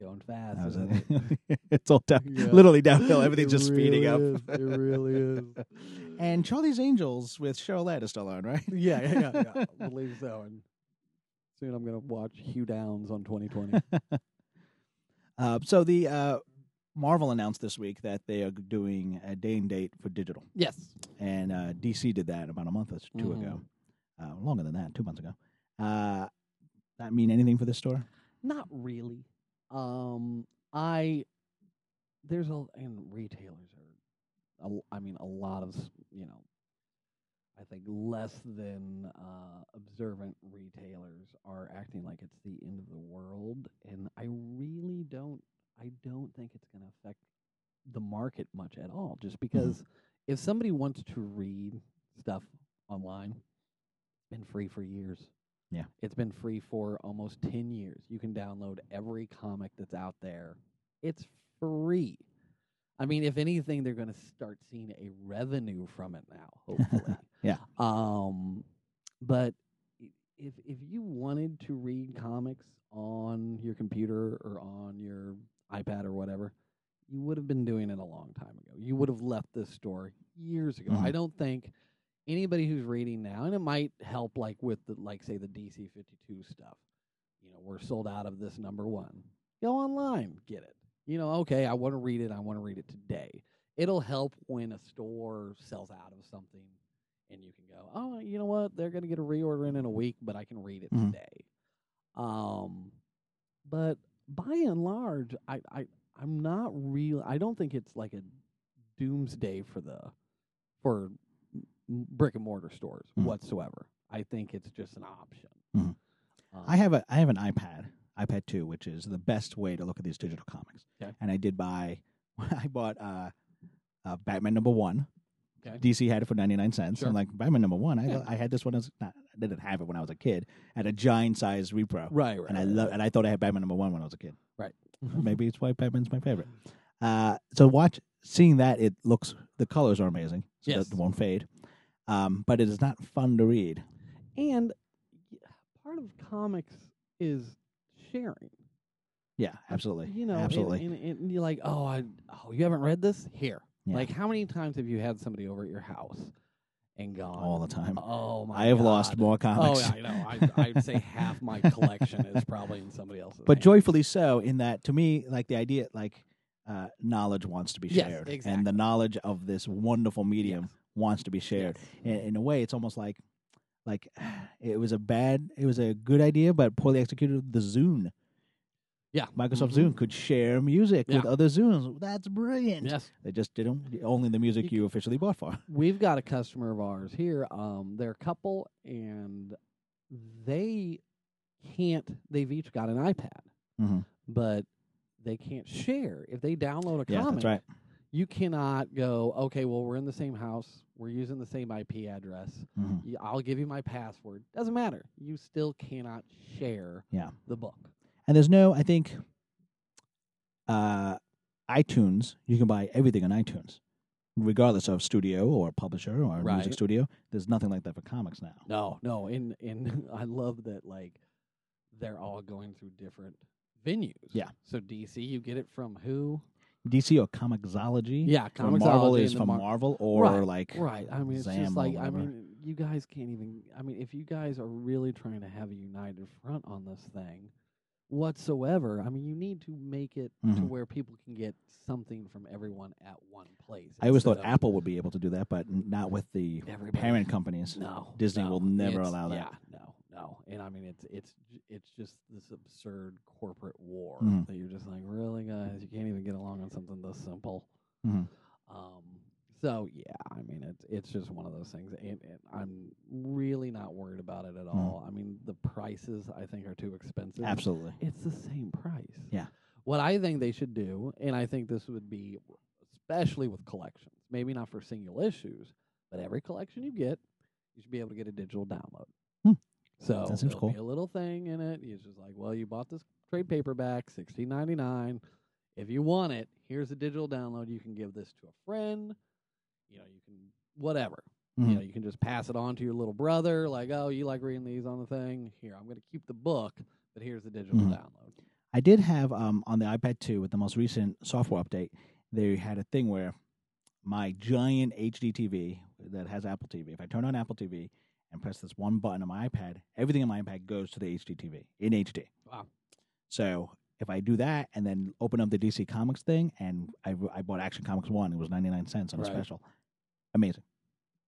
S2: Going fast.
S1: That was
S2: isn't
S1: *laughs*
S2: it?
S1: it. it's all down,
S2: Yeah.
S1: literally
S2: *laughs*
S1: downhill. Everything's
S2: It
S1: just speeding up.
S2: really is. It really
S1: *laughs*
S2: is.
S1: And Charlie's Angels with Charlotte is still on, right? *laughs*
S2: yeah, yeah, yeah, yeah. I believe so. And soon I'm gonna watch Hugh Downs
S1: *laughs*
S2: on 2020.
S1: Uh, so the uh, Marvel announced this week that they are doing a day and date for digital,
S2: yes.
S1: and uh, DC did that about a month or 2
S2: Mhm.
S1: ago, uh, longer than that, two months ago. Uh, that mean anything for this store?
S2: Not really. Um, I there's a and retailers are, a l- I mean, a lot of s- you know, I think less than uh, observant retailers are acting like it's the end of the world, and I really don't. I don't think it's going to affect the market much at all, just because if somebody wants to read stuff online, it's been free for years.
S1: Yeah.
S2: It's been free for almost 10 years. You can download every comic that's out there. It's free. I mean, if anything, they're going to start seeing a revenue from it now, hopefully.
S1: Yeah.
S2: Um, but i- if if you wanted to read comics on your computer or on your iPad or whatever, you would have been doing it a long time ago. You would have left this store years ago. I
S1: Mhm.
S2: don't think anybody who's reading now, and it might help, like with the like say the DC fifty two stuff. You know, we're sold out of this number one. Go online, get it. You know, okay, I want to read it. I want to read it today. It'll help when a store sells out of something, and you can go, oh, you know what? They're going to get a reorder in in a week, but I can read it
S1: Mhm.
S2: today. Um, but by and large, I, I I'm not real. I don't think it's like a doomsday for the for m- brick and mortar stores
S1: Mhm.
S2: whatsoever. I think it's just an option.
S1: Mhm.
S2: Um,
S1: I have a I have an iPad, iPad two, which is the best way to look at these digital comics.
S2: Okay.
S1: And I did buy, *laughs* I bought uh, uh, Batman number one.
S2: Okay.
S1: DC had it for ninety nine cents.
S2: Sure.
S1: I'm like Batman number one. I
S2: Yeah.
S1: I had this one as not, I didn't have it when I was a kid at a giant size repro,
S2: right, right,
S1: and I
S2: right,
S1: love
S2: right.
S1: and I thought I had Batman number one when I was a
S2: *laughs*
S1: kid.
S2: Mhm.
S1: Maybe it's why Batman's my favorite. Uh, so watch seeing that it looks the colors are amazing. So
S2: Yes.
S1: that it won't fade. Um, but it is not fun to read.
S2: and y- part of comics is sharing.
S1: Yeah, absolutely.
S2: You know, and-
S1: absolutely.
S2: And, and, you're like, oh, I, oh, you haven't read this here.
S1: Yeah.
S2: Like, how many times have you had somebody over at your house and gone?
S1: all the time.
S2: Oh my!
S1: I have lost
S2: God."
S1: more
S2: Oh,
S1: comics.
S2: yeah, I know. I, I'd say half
S1: *laughs*
S2: my collection is probably in somebody else's.
S1: but
S2: hand.
S1: joyfully so in that to me like the idea like uh, knowledge wants to be
S2: Yes,
S1: shared and
S2: exactly.
S1: the knowledge of this wonderful medium
S2: Yes.
S1: wants to be shared
S2: Yes.
S1: and in a way it's almost like like *sighs* it was a bad it was a good idea but poorly executed the zune
S2: Yeah,
S1: microsoft
S2: mhm.
S1: zune could share music with
S2: Yeah.
S1: other zunes that's brilliant
S2: Yes.
S1: they just didn't only the music
S2: You-
S1: you officially bought for *laughs*
S2: we've got a customer of ours here. Um, they're a couple, and they can't. They've each got an iPad,
S1: Mhm.
S2: but they can't share. If they download a
S1: yeah
S2: comic,
S1: that's right
S2: you cannot go. Okay, well, we're in the same house. We're using the same IP address.
S1: Mhm.
S2: Y- I'll give you my password. Doesn't matter. You still cannot share
S1: Yeah.
S2: the book.
S1: and there's no i think uh itunes you can buy everything on itunes regardless of studio or publisher or music
S2: Right.
S1: studio there's nothing like that for comics now
S2: No, no, and and *laughs* I love that like they're all going through different venues.
S1: Yeah.
S2: So DC, you get it from who?
S1: dc or comixology
S2: Yeah,
S1: or
S2: comics
S1: marvel
S2: Ology
S1: is
S2: and the
S1: from
S2: Mar-
S1: marvel or
S2: Right,
S1: like
S2: Right. I mean, it's
S1: Zam
S2: just
S1: or
S2: like I
S1: whatever.
S2: mean, you guys can't even. I mean, if you guys are really trying to have a united front on this thing, whatsoever, I mean, you need to make it to
S1: Mhm.
S2: where people can get something from everyone at one place.
S1: i always
S2: instead
S1: thought
S2: of
S1: apple would be able to do that but n- not with the
S2: everybody.
S1: parent companies
S2: No,
S1: Disney
S2: no,
S1: will never
S2: it's-
S1: allow that.
S2: Yeah, no, no. And I mean, it's it's j- it's just this absurd corporate war
S1: Mhm. Mm-hmm.
S2: that you're just like, really, guys, you can't even get along on something this simple.
S1: Mhm.
S2: Um, So yeah, I mean it's it's just one of those things, and, and I'm really not worried about it at
S1: Mm-hmm.
S2: all. I mean the prices I think are too expensive.
S1: Absolutely.
S2: It's the same price.
S1: Yeah.
S2: What I think they should do, and I think this would be especially with collections, maybe not for single issues, but every collection you get, you should be able to get a digital download.
S1: Hmm.
S2: So
S1: That seems
S2: there'll be
S1: cool.
S2: a little thing in it. It's just like, well, you bought this trade paperback, sixteen ninety nine. If you want it, here's a digital download. You can give this to a friend. You know, you can whatever. You
S1: Mhm.
S2: know, you can just pass it on to your little brother. Like, oh, you like reading these on the thing? Here, I'm going to keep the book, but here's the digital
S1: Mhm.
S2: download.
S1: I did have um, on the iPad 2 with the most recent software update, they had a thing where my giant HD TV that has Apple TV, if I turn on Apple TV and press this one button on my iPad, everything on my iPad goes to the HD TV in HD.
S2: Wow.
S1: So if I do that and then open up the DC Comics thing, and I, I bought Action Comics 1, it was 99 cents on
S2: Right.
S1: a special. Amazing.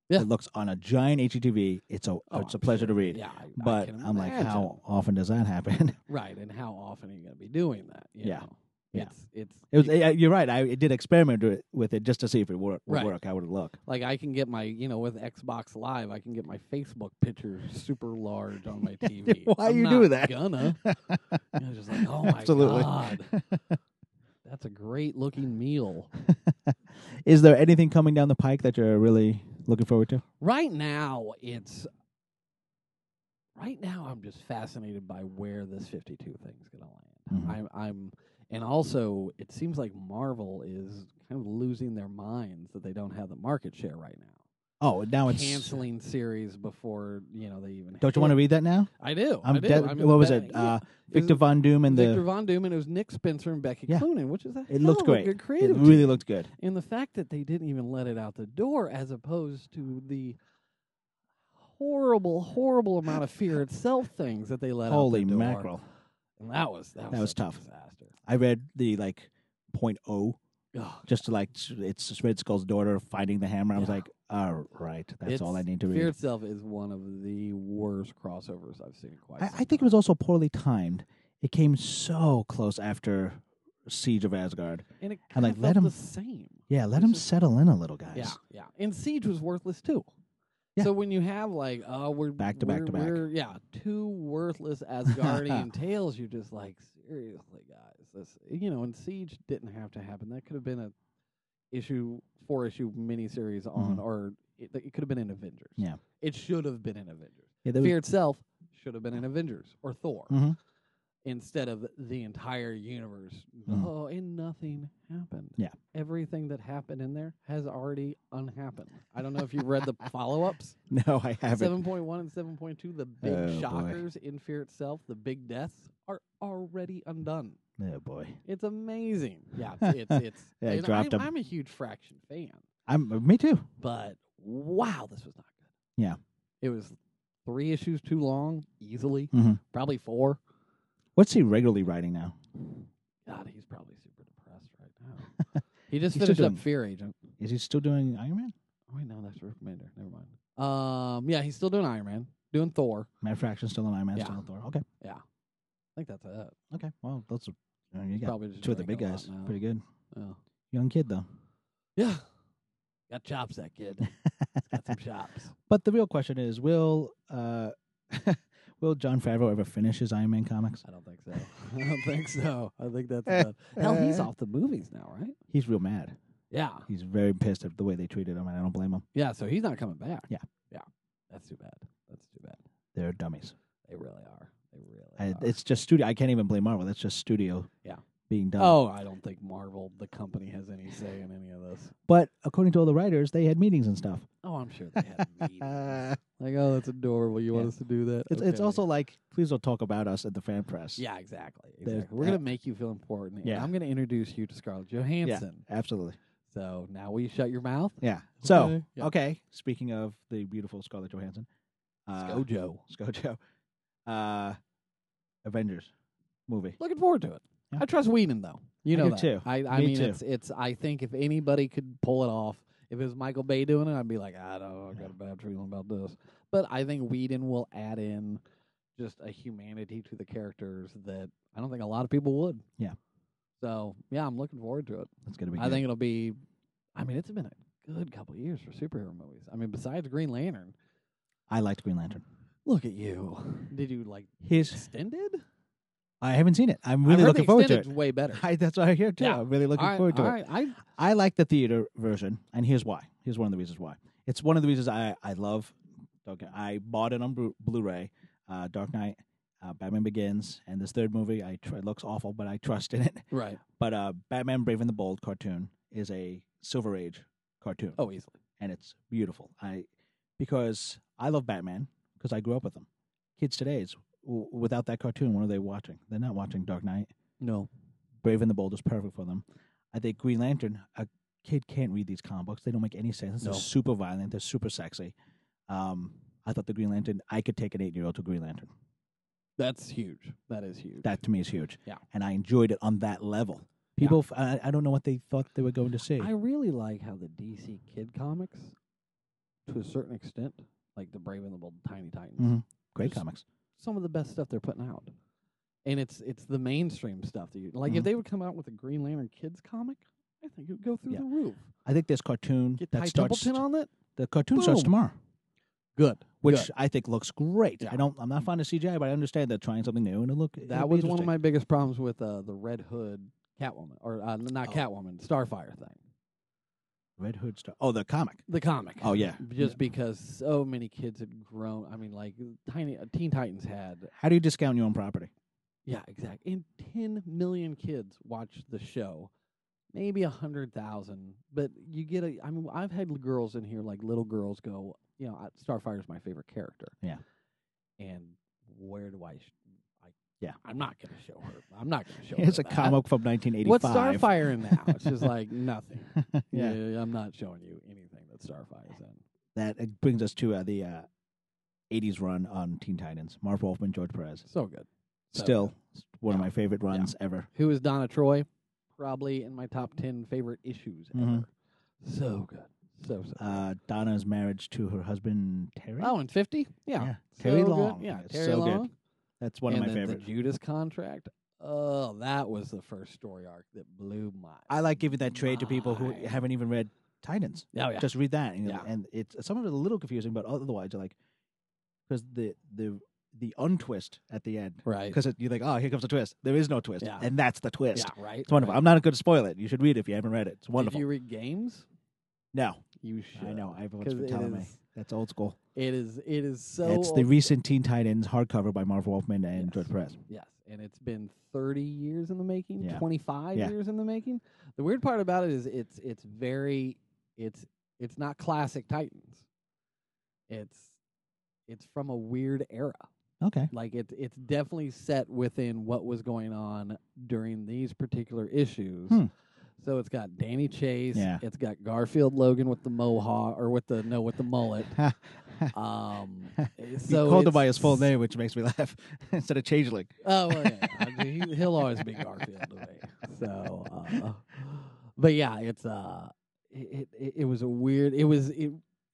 S2: Yeah.
S1: It looks on a giant HD TV. It's a
S2: Oh,
S1: it's a
S2: I'm
S1: pleasure
S2: sure.
S1: to read.
S2: Yeah, I, I
S1: But
S2: can
S1: I'm like,
S2: imagine.
S1: how often does that happen? *laughs*
S2: Right, and how often are you going to be doing that? you
S1: Yeah.
S2: know?
S1: Yeah.
S2: It's it's
S1: It was. I- I- You're right. I I did experiment with it- with it just to see if it would, would
S2: Right.
S1: work. How would it look?
S2: like I can get my you know with Xbox Live I can get my Facebook pictures super large
S1: *laughs*
S2: on my TV.
S1: Why
S2: I'm
S1: you
S2: not
S1: do that?
S2: Gonna you know, just like oh my
S1: Absolutely.
S2: god, that's a great looking meal.
S1: *laughs* Is there anything coming down the pike that you're really looking forward to?
S2: Right now it's right now I'm just fascinated by where this 52 thing's going to land.
S1: Mhm.
S2: I'm I'm and also it seems like Marvel is kind of losing their minds that they don't have the market share right now.
S1: Oh, now it's.
S2: canceling series before you know they even.
S1: Don't you want to read that now?
S2: I do. i
S1: I'm
S2: do.
S1: dead-
S2: I mean,
S1: what was
S2: that-
S1: it?
S2: yeah,
S1: Uh,
S2: it was
S1: Victor Von Doom and
S2: Victor
S1: the.
S2: Von Doom, and it was Nick Spencer and Becky
S1: Yeah.
S2: Coonan, which is a
S1: It
S2: hell
S1: looked
S2: of a
S1: great.
S2: good
S1: It
S2: creative
S1: really
S2: team.
S1: looked good.
S2: And the fact that they didn't even let it out the door, as opposed to the horrible, horrible amount of fear itself things that they let
S1: Holy
S2: out the door.
S1: mackerel!
S2: And that was that was,
S1: That was
S2: such a
S1: tough.
S2: disaster.
S1: I read the like point O
S2: Ugh.
S1: just to like s- it's Red Skull's daughter finding the hammer. I was
S2: Yeah.
S1: like, all right, that's all
S2: It's-
S1: I need to
S2: Fear
S1: read.
S2: itself is one of the worst crossovers I've seen in quite.
S1: I,
S2: some
S1: I think it
S2: time.
S1: was also poorly timed. It came so close after Siege of Asgard.
S2: and it
S1: I'm
S2: kind
S1: like,
S2: of
S1: let
S2: felt the
S1: 'em-
S2: same.
S1: Yeah, let
S2: It's
S1: them
S2: just-
S1: settle in a little, guys.
S2: Yeah, yeah. And Siege was worthless too.
S1: Yeah.
S2: So when you have like, oh, we're
S1: Back to back
S2: we're-
S1: to back.
S2: we're- yeah, two
S1: *laughs*
S2: worthless Asgardian tales. You're just like, seriously, guys, this, you know. And Siege didn't have to happen. That could have been a issue four issue miniseries on, or it, it could have been in Avengers.
S1: Mm-hmm. Yeah.
S2: it should have been in Avengers.
S1: Yeah, there was-
S2: Fear itself should have been in Avengers or Thor.
S1: Mhm.
S2: Instead of the entire universe,
S1: Mhm.
S2: oh, and nothing happened.
S1: Yeah.
S2: everything that happened in there has already unhappened. I don't know if
S1: *laughs*
S2: you've read the follow-ups,
S1: *laughs* No, I haven't.
S2: seven point one and seven point two. The big
S1: Oh, boy.
S2: shockers in Fear itself, the big deaths are already undone.
S1: Oh boy,
S2: It's amazing. Yeah, it's it's. it's
S1: *laughs* Yeah, he
S2: and
S1: dropped
S2: I'm,
S1: 'em.
S2: I'm a huge Fraction fan,
S1: I'm uh, me too.
S2: but wow, this was not good.
S1: Yeah.
S2: it was three issues too long, easily
S1: Mhm.
S2: probably four.
S1: What's he regularly writing now?
S2: God, he's probably super depressed right now.
S1: *laughs*
S2: he just
S1: He's still
S2: finished up
S1: doing-
S2: Fear Agent.
S1: Is he still doing Iron Man?
S2: Oh wait, no, that's Rick Remainder. Never mind. Um, yeah, he's still doing Iron Man, doing Thor.
S1: Matt Fraction still in Iron Man,
S2: Yeah.
S1: still in Thor. Okay,
S2: I think that's it.
S1: okay. Well, those are uh, you got
S2: Probably just
S1: two of the big
S2: drinking a lot
S1: guys.
S2: now.
S1: Pretty good.
S2: Oh.
S1: Young kid though.
S2: Yeah, got chops that kid.
S1: *laughs*
S2: got some chops.
S1: But the real question is, will uh, *laughs* will John Favreau ever finish his Iron Man comics?
S2: I don't think so. *laughs* I don't think so. I think that's
S1: *laughs*
S2: done. hell. He's
S1: Eh.
S2: off the movies now, right?
S1: He's real mad.
S2: Yeah,
S1: He's very pissed at the way they treated him, and I don't blame him.
S2: yeah. So he's not coming back.
S1: Yeah.
S2: yeah. That's too bad. That's too bad.
S1: They're dummies.
S2: They really are. They really.
S1: I,
S2: are.
S1: it's just studio. I can't even blame Marvel. That's just studio.
S2: Uh. Yeah.
S1: Being dumb.
S2: Oh, I don't think Marvel, the company, has any say in any of this.
S1: But according to all the writers, they had meetings and stuff.
S2: Oh, I'm sure they *laughs* had meetings. like, oh, that's adorable. You want
S1: Yeah.
S2: us to do that?
S1: *laughs* It's, it's
S2: Okay.
S1: also like, please don't talk about us at the fan press.
S2: yeah, exactly.
S1: There's
S2: exactly. We're
S1: that.
S2: gonna make you feel important. and
S1: Yeah.
S2: I'm gonna introduce you to Scarlett Johansson.
S1: absolutely.
S2: So now will you shut your mouth?
S1: Yeah. So,
S2: Okay. Yeah.
S1: okay. Speaking of the beautiful Scarlett Johansson, uh,
S2: Scojo.
S1: Scojo, uh, Avengers movie.
S2: Looking forward to it.
S1: Yeah.
S2: I trust Whedon though. You
S1: I
S2: know
S1: do
S2: that.
S1: too.
S2: I, I
S1: Me
S2: mean,
S1: too.
S2: it's it's. I think if anybody could pull it off, if it was Michael Bay doing it, I'd be like, I don't. know, I got a bad feeling about this. But I think Whedon will add in just a humanity to the characters that I don't think a lot of people would.
S1: Yeah.
S2: So yeah, I'm looking forward to it.
S1: That's gonna be.
S2: I
S1: good.
S2: think it'll be. I mean, it's been a good couple years for superhero movies. I mean, besides Green Lantern.
S1: I liked Green Lantern.
S2: Look
S1: *sighs*
S2: at you. Did you like
S1: His
S2: extended?
S1: I haven't seen it. I'm
S2: I
S1: really
S2: heard
S1: looking
S2: the
S1: forward to it.
S2: extended's Way better.
S1: I, that's what I hear too.
S2: Yeah.
S1: I'm really *laughs* looking
S2: I-
S1: forward to it.
S2: I, I,
S1: I like the theater version, and here's why. Here's one of the reasons why. It's one of the reasons I, I love. Okay, I bought it on Blu- Blu-ray, uh, Dark Knight, uh, Batman Begins, and this third movie. I tr- it looks awful, but I trust in it. *laughs*
S2: right.
S1: But uh, Batman Brave and the Bold cartoon is a Silver Age cartoon,
S2: Oh, easily.
S1: and it's beautiful. I because I love Batman because I grew up with them. Kids today's w- without that cartoon, what are they watching? They're not watching Dark Knight.
S2: No.
S1: Brave and the Bold is perfect for them. I think Green Lantern, a kid can't read these comic books. They don't make any sense.
S2: No.
S1: They're super violent. They're super sexy. Um, I thought the Green Lantern, I could take an eight year old to Green Lantern.
S2: That's huge. That is huge.
S1: That to me is huge.
S2: Yeah.
S1: And I enjoyed it on that level.
S2: Yeah.
S1: People, f I, I don't know what they thought they were going to see.
S2: I really like how the DC kid comics, to a certain extent, like the Brave and the Bold, Tiny Titans,
S1: Mhm. Great
S2: just-
S1: comics.
S2: some of the best stuff they're putting out. And it's it's the mainstream stuff that you like. If
S1: Mhm.
S2: they would come out with a Green Lantern kids comic, I think it would go through
S1: Yeah.
S2: the roof.
S1: I think this cartoon
S2: Get Ty
S1: that starts
S2: Templeton on it.
S1: the cartoon starts
S2: Boom.
S1: tomorrow,
S2: Good.
S1: which
S2: Good.
S1: I think looks great.
S2: Yeah.
S1: I don't, I'm not fond of CGI, but I understand they're trying something new and it look. it'll
S2: that
S1: be
S2: was one of
S1: interesting.
S2: my biggest problems with uh, the Red Hood Catwoman or uh, n- not
S1: Oh.
S2: Catwoman Starfire thing.
S1: Red Hood Star. Oh, the comic.
S2: The comic.
S1: Oh yeah.
S2: Just because so many kids had grown. I mean, like tiny uh, Teen Titans had
S1: How do you discount your own property?
S2: Yeah, exactly. And 10 million kids watch the show. Maybe a 100,000. But you get a, I mean, I've had l- girls in here, like little girls go, you know, I- Starfire's my favorite character.
S1: Yeah.
S2: And where do I, sh- I
S1: Yeah.
S2: I'm not going to show her. I'm not going to show her.
S1: *laughs* It's a
S2: that.
S1: comic from 1985.
S2: What's Starfire in now? It's just like nothing. Yeah.
S1: *laughs* yeah.
S2: I'm not showing you anything that Starfire's in.
S1: That uh, brings us to uh, the uh, 80s run on Teen Titans. Marv Wolfman, George Perez.
S2: So good. So
S1: Still s- one of
S2: Yeah.
S1: my favorite runs ever.
S2: Who is Donna Troy? Probably in my top 10 favorite issues
S1: Mhm.
S2: ever. So good. So, so.
S1: Uh, Donna's marriage to her husband, Terry.
S2: Oh, and 50? Yeah.
S1: Yeah,
S2: So
S1: Terry
S2: good.
S1: Long.
S2: Yeah,
S1: It's
S2: Terry
S1: so good.
S2: Long.
S1: That's one
S2: and
S1: of my
S2: then
S1: favorites.
S2: The Judas contract. Oh, that was the first story arc that blew my.
S1: I like giving that trade to people who
S2: mind.
S1: haven't even read Titans.
S2: Oh, yeah.
S1: Just read that. And,
S2: Yeah.
S1: and it's some of it a little confusing, but otherwise, you're like, because the, the, the untwist at the end.
S2: right.
S1: Because you're like, oh, here comes the twist. There is no twist.
S2: Yeah.
S1: And that's the twist.
S2: Yeah, right.
S1: It's wonderful.
S2: right.
S1: I'm not going to spoil it. You should read it if you haven't read it. It's wonderful.
S2: If you read games,
S1: no,
S2: you should.
S1: I know. Everyone's
S2: 'cause
S1: been
S2: it
S1: telling me
S2: is-
S1: that's old school.
S2: It is. It is so.
S1: it's the
S2: old-
S1: recent Teen Titans hardcover by Marv Wolfman and
S2: Yes.
S1: George Perez.
S2: Yes, and it's been 30 years in the making,
S1: Yeah.
S2: 25
S1: Yeah.
S2: years in the making. The weird part about it is it's it's very it's it's not classic Titans. It's it's from a weird era.
S1: Okay,
S2: Like it's it's definitely set within what was going on during these particular issues.
S1: Hmm.
S2: So it's got Danny Chase.
S1: Yeah.
S2: It's got Garfield Logan with the mohawk or with the no with
S1: *laughs*
S2: the mullet.
S1: you
S2: Um,
S1: You
S2: *laughs* so
S1: called him by
S2: it's-
S1: his full name, which makes me *laughs* laugh. Instead of changeling,
S2: Oh, well, yeah. *laughs* I mean, he, he'll always be Garfield to me. So, uh, but yeah, it's uh, it, it it was a weird. It was it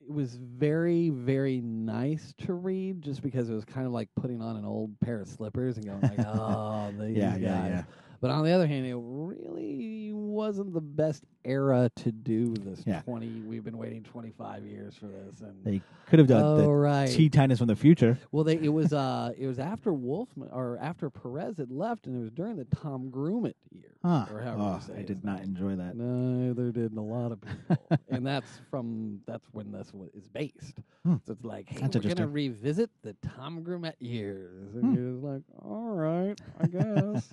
S2: it was very very nice to read, just because it was kind of like putting on an old pair of slippers and going
S1: *laughs*
S2: like, oh, these
S1: yeah, yeah,
S2: guys.
S1: yeah.
S2: But on the other hand, it really wasn't the best era to do this.
S1: Yeah.
S2: Twenty, we've been waiting twenty five years for this, and
S1: They could have done
S2: oh
S1: the
S2: right,
S1: Teen Titans from the future.
S2: well, they, it was uh, it was after Wolfman or after Perez had left, and it was during the Tom Grumet year.
S1: Huh.
S2: Or however you
S1: Oh,
S2: say
S1: I
S2: his
S1: did not
S2: name.
S1: enjoy that.
S2: Neither did a lot of people, *laughs* and that's from that's when this wa- is based.
S1: Hmm.
S2: So it's like, hey,
S1: That's
S2: we're gonna
S1: interesting. Hmm.
S2: revisit the Tom Grumet years, and it was like, all right,
S1: *laughs*
S2: I guess.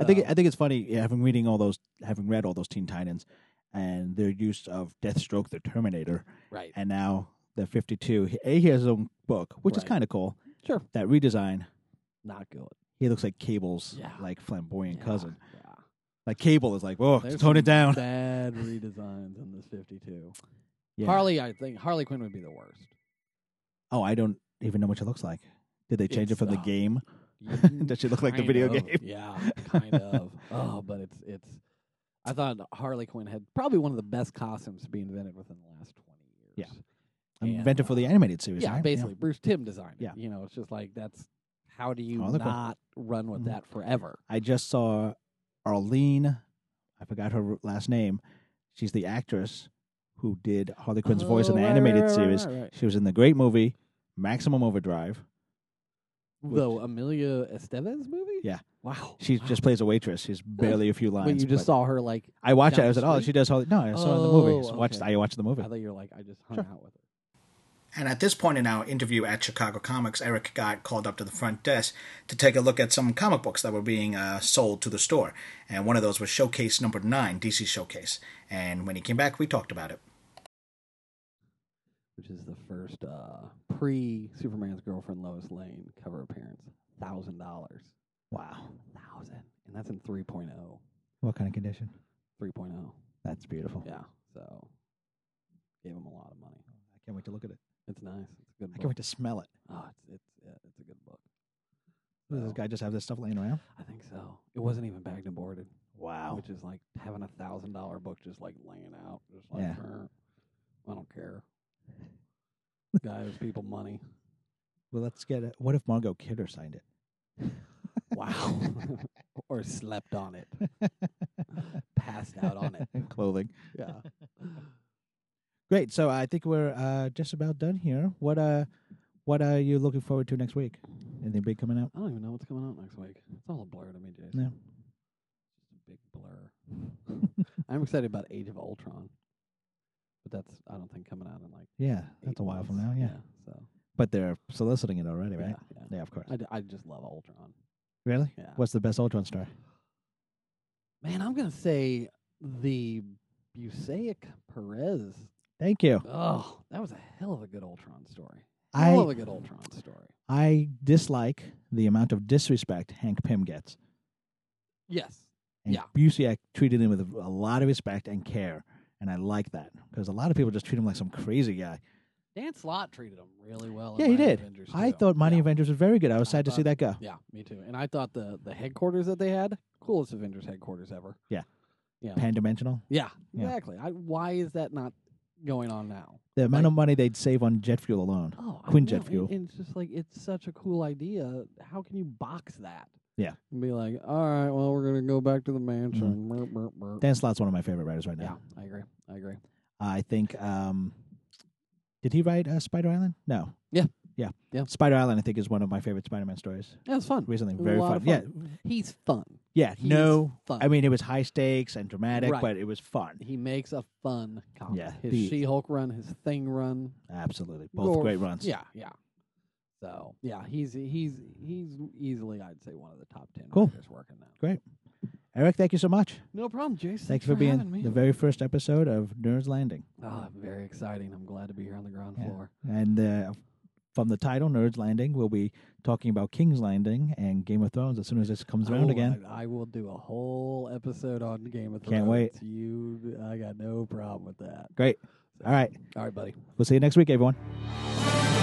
S1: I think
S2: So-
S1: I think it's funny yeah, having reading all those, having read all those Teen Titans, and their use of Deathstroke, the Terminator,
S2: right,
S1: and now the 52. He- A, he has his own book, which is
S2: Right.
S1: kind of cool.
S2: Sure.
S1: That redesign,
S2: not good.
S1: he looks like Cable's
S2: Yeah.
S1: like flamboyant
S2: Yeah,
S1: cousin.
S2: yeah.
S1: Like Cable is like, whoa,
S2: There's
S1: tone
S2: some
S1: it down.
S2: Bad redesigns in this fifty-two.
S1: Yeah.
S2: Harley, I think Harley Quinn would be the worst.
S1: Oh, I don't even know what she looks like. Did they change it
S2: It's,
S1: from the
S2: uh,
S1: game? *laughs*
S2: You
S1: Does she look like the
S2: kind
S1: video
S2: of, *laughs*
S1: game?
S2: Yeah, kind of. Oh, but it's it's. I thought Harley Quinn had probably one of the best costumes to be invented within the last twenty
S1: Yeah.
S2: years. and,
S1: Invented for the
S2: uh,
S1: animated series.
S2: Yeah,
S1: right?
S2: basically Bruce Tim designed it.
S1: Yeah.
S2: you know, it's just like that's how do you
S1: Oh, they're cool.
S2: not run with
S1: Mhm.
S2: that forever?
S1: I just saw Arlene. I forgot her r- last name. She's the actress who did Harley Quinn's voice in
S2: Oh,
S1: the
S2: right,
S1: animated
S2: right, right,
S1: series.
S2: right, right.
S1: She was in the great movie Maximum Overdrive.
S2: The Amelia Estevez movie?
S1: Yeah.
S2: Wow.
S1: She
S2: wow.
S1: just plays a waitress. She's barely a few lines.
S2: When you just
S1: but
S2: saw her, like,
S1: I watched it.
S2: down
S1: I was
S2: the
S1: like, oh,
S2: street?
S1: she does Harley. No, I saw it in the movie.
S2: Oh,
S1: I watched.
S2: okay.
S1: I watched the movie.
S2: I thought you were like, I just hung
S1: Sure.
S2: out with her.
S3: And at this point in our interview at Chicago Comics, Eric got called up to the front desk to take a look at some comic books that were being uh, sold to the store. And one of those was Showcase number nine, DC Showcase. And when he came back, we talked about it.
S2: which is the first uh, pre Superman's girlfriend Lois Lane cover appearance. Thousand dollars.
S1: Wow.
S2: Thousand. And that's in oh. 3.0.
S1: What kind of condition?
S2: 3.0.
S1: That's beautiful.
S2: oh. Yeah. So gave him a lot of money.
S1: I can't wait to look at it.
S2: It's nice. It's a good
S1: I
S2: book.
S1: can't wait to smell it.
S2: oh, it's it's yeah, it's a good book.
S1: Does this
S2: So,
S1: guy just have this stuff laying around?
S2: I think so. It wasn't even bagged and boarded,
S1: Wow.
S2: which is like having a thousand dollar book just like laying out, just like
S1: Yeah.
S2: "Brr, I don't care. guy owes people money.
S1: *laughs* Well, let's get it. What if Margot Kidder signed it?
S2: Wow. *laughs* or slept on it.
S1: *laughs*
S2: *laughs* Passed out on it.
S1: Clothing.
S2: Yeah.
S1: Great. So I think we're uh, just about done here. What uh, what are you looking forward to next week? Anything big coming out?
S2: I don't even know what's coming out next week. It's all a blur to me, Jason.
S1: No.
S2: Just a big blur. *laughs* I'm excited about Age of Ultron. But that's I don't think coming out in like
S1: Yeah,
S2: eight
S1: that's a while from now.
S2: months.
S1: Yeah.
S2: So
S1: but they're soliciting it already, right?
S2: yeah, yeah.
S1: Yeah, of course.
S2: I, d- I just love Ultron.
S1: really?
S2: Yeah.
S1: What's the best Ultron star?
S2: Man, I'm gonna say the Busaic Perez.
S1: Thank you.
S2: Oh, that was a hell of a good Ultron story. Hell of
S1: I
S2: a good Ultron story.
S1: I dislike the amount of disrespect Hank Pym gets.
S2: Yes.
S1: And
S2: Yeah.
S1: Busiek treated him with a lot of respect and care, and I like that because a lot of people just treat him like some crazy guy.
S2: Dan Slott treated him really well.
S1: yeah,
S2: in
S1: he
S2: Mighty
S1: did.
S2: Avengers
S1: I
S2: too.
S1: thought Mighty
S2: yeah.
S1: Avengers was very good. I was
S2: I
S1: sad to see
S2: thought-
S1: that go.
S2: Yeah, me too. And I thought the the headquarters that they had coolest Avengers headquarters ever.
S1: Yeah.
S2: Yeah.
S1: Pan dimensional.
S2: yeah.
S1: Yeah.
S2: Exactly. I, why is that not going on now?
S1: The amount
S2: Like-
S1: of money they'd save on jet fuel alone.
S2: Oh, I
S1: Quinjet
S2: know, and-
S1: fuel.
S2: And it's just like it's such a cool idea. How can you box that?
S1: Yeah.
S2: And be like, all right, well, we're gonna go back to the mansion. Brr,
S1: Mm-hmm.
S2: brr, brr.
S1: Dan Slott's one of my favorite writers right
S2: Yeah,
S1: now.
S2: I agree. I agree.
S1: I think. Um, did he write uh, Spider Island? No.
S2: Yeah.
S1: Yeah.
S2: Yeah.
S1: Spider Island, I think, is one of my favorite Spider Man stories.
S2: That was fun.
S1: Recently,
S2: It was a
S1: very
S2: lot of
S1: fun. Yeah,
S2: He's fun.
S1: yeah.
S2: He's
S1: no,
S2: fun.
S1: I mean it was high stakes and dramatic,
S2: Right.
S1: but it was fun.
S2: he makes a fun comic.
S1: Yeah,
S2: his
S1: the-
S2: She-Hulk run, his Thing run,
S1: Absolutely, both
S2: Gorf.
S1: great runs.
S2: Yeah, yeah. So yeah, he's he's he's easily I'd say one of the top ten
S1: Cool.
S2: writers working now.
S1: Eric, thank you so much.
S2: No problem, Jason.
S1: Thanks for, being
S2: having me.
S1: the very first episode of Nerds Landing,
S2: oh, very exciting. I'm glad to be here on the ground
S1: Yeah.
S2: floor.
S1: and uh, from the title Nerds Landing, we'll be talking about King's Landing and Game of Thrones as soon as this comes around
S2: Oh,
S1: again.
S2: I, I will do a whole episode on Game of Thrones.
S1: Can't wait.
S2: You, I got no problem with that.
S1: Great. All right,
S2: All right, buddy.
S1: we'll see you next week, everyone.
S2: Bye.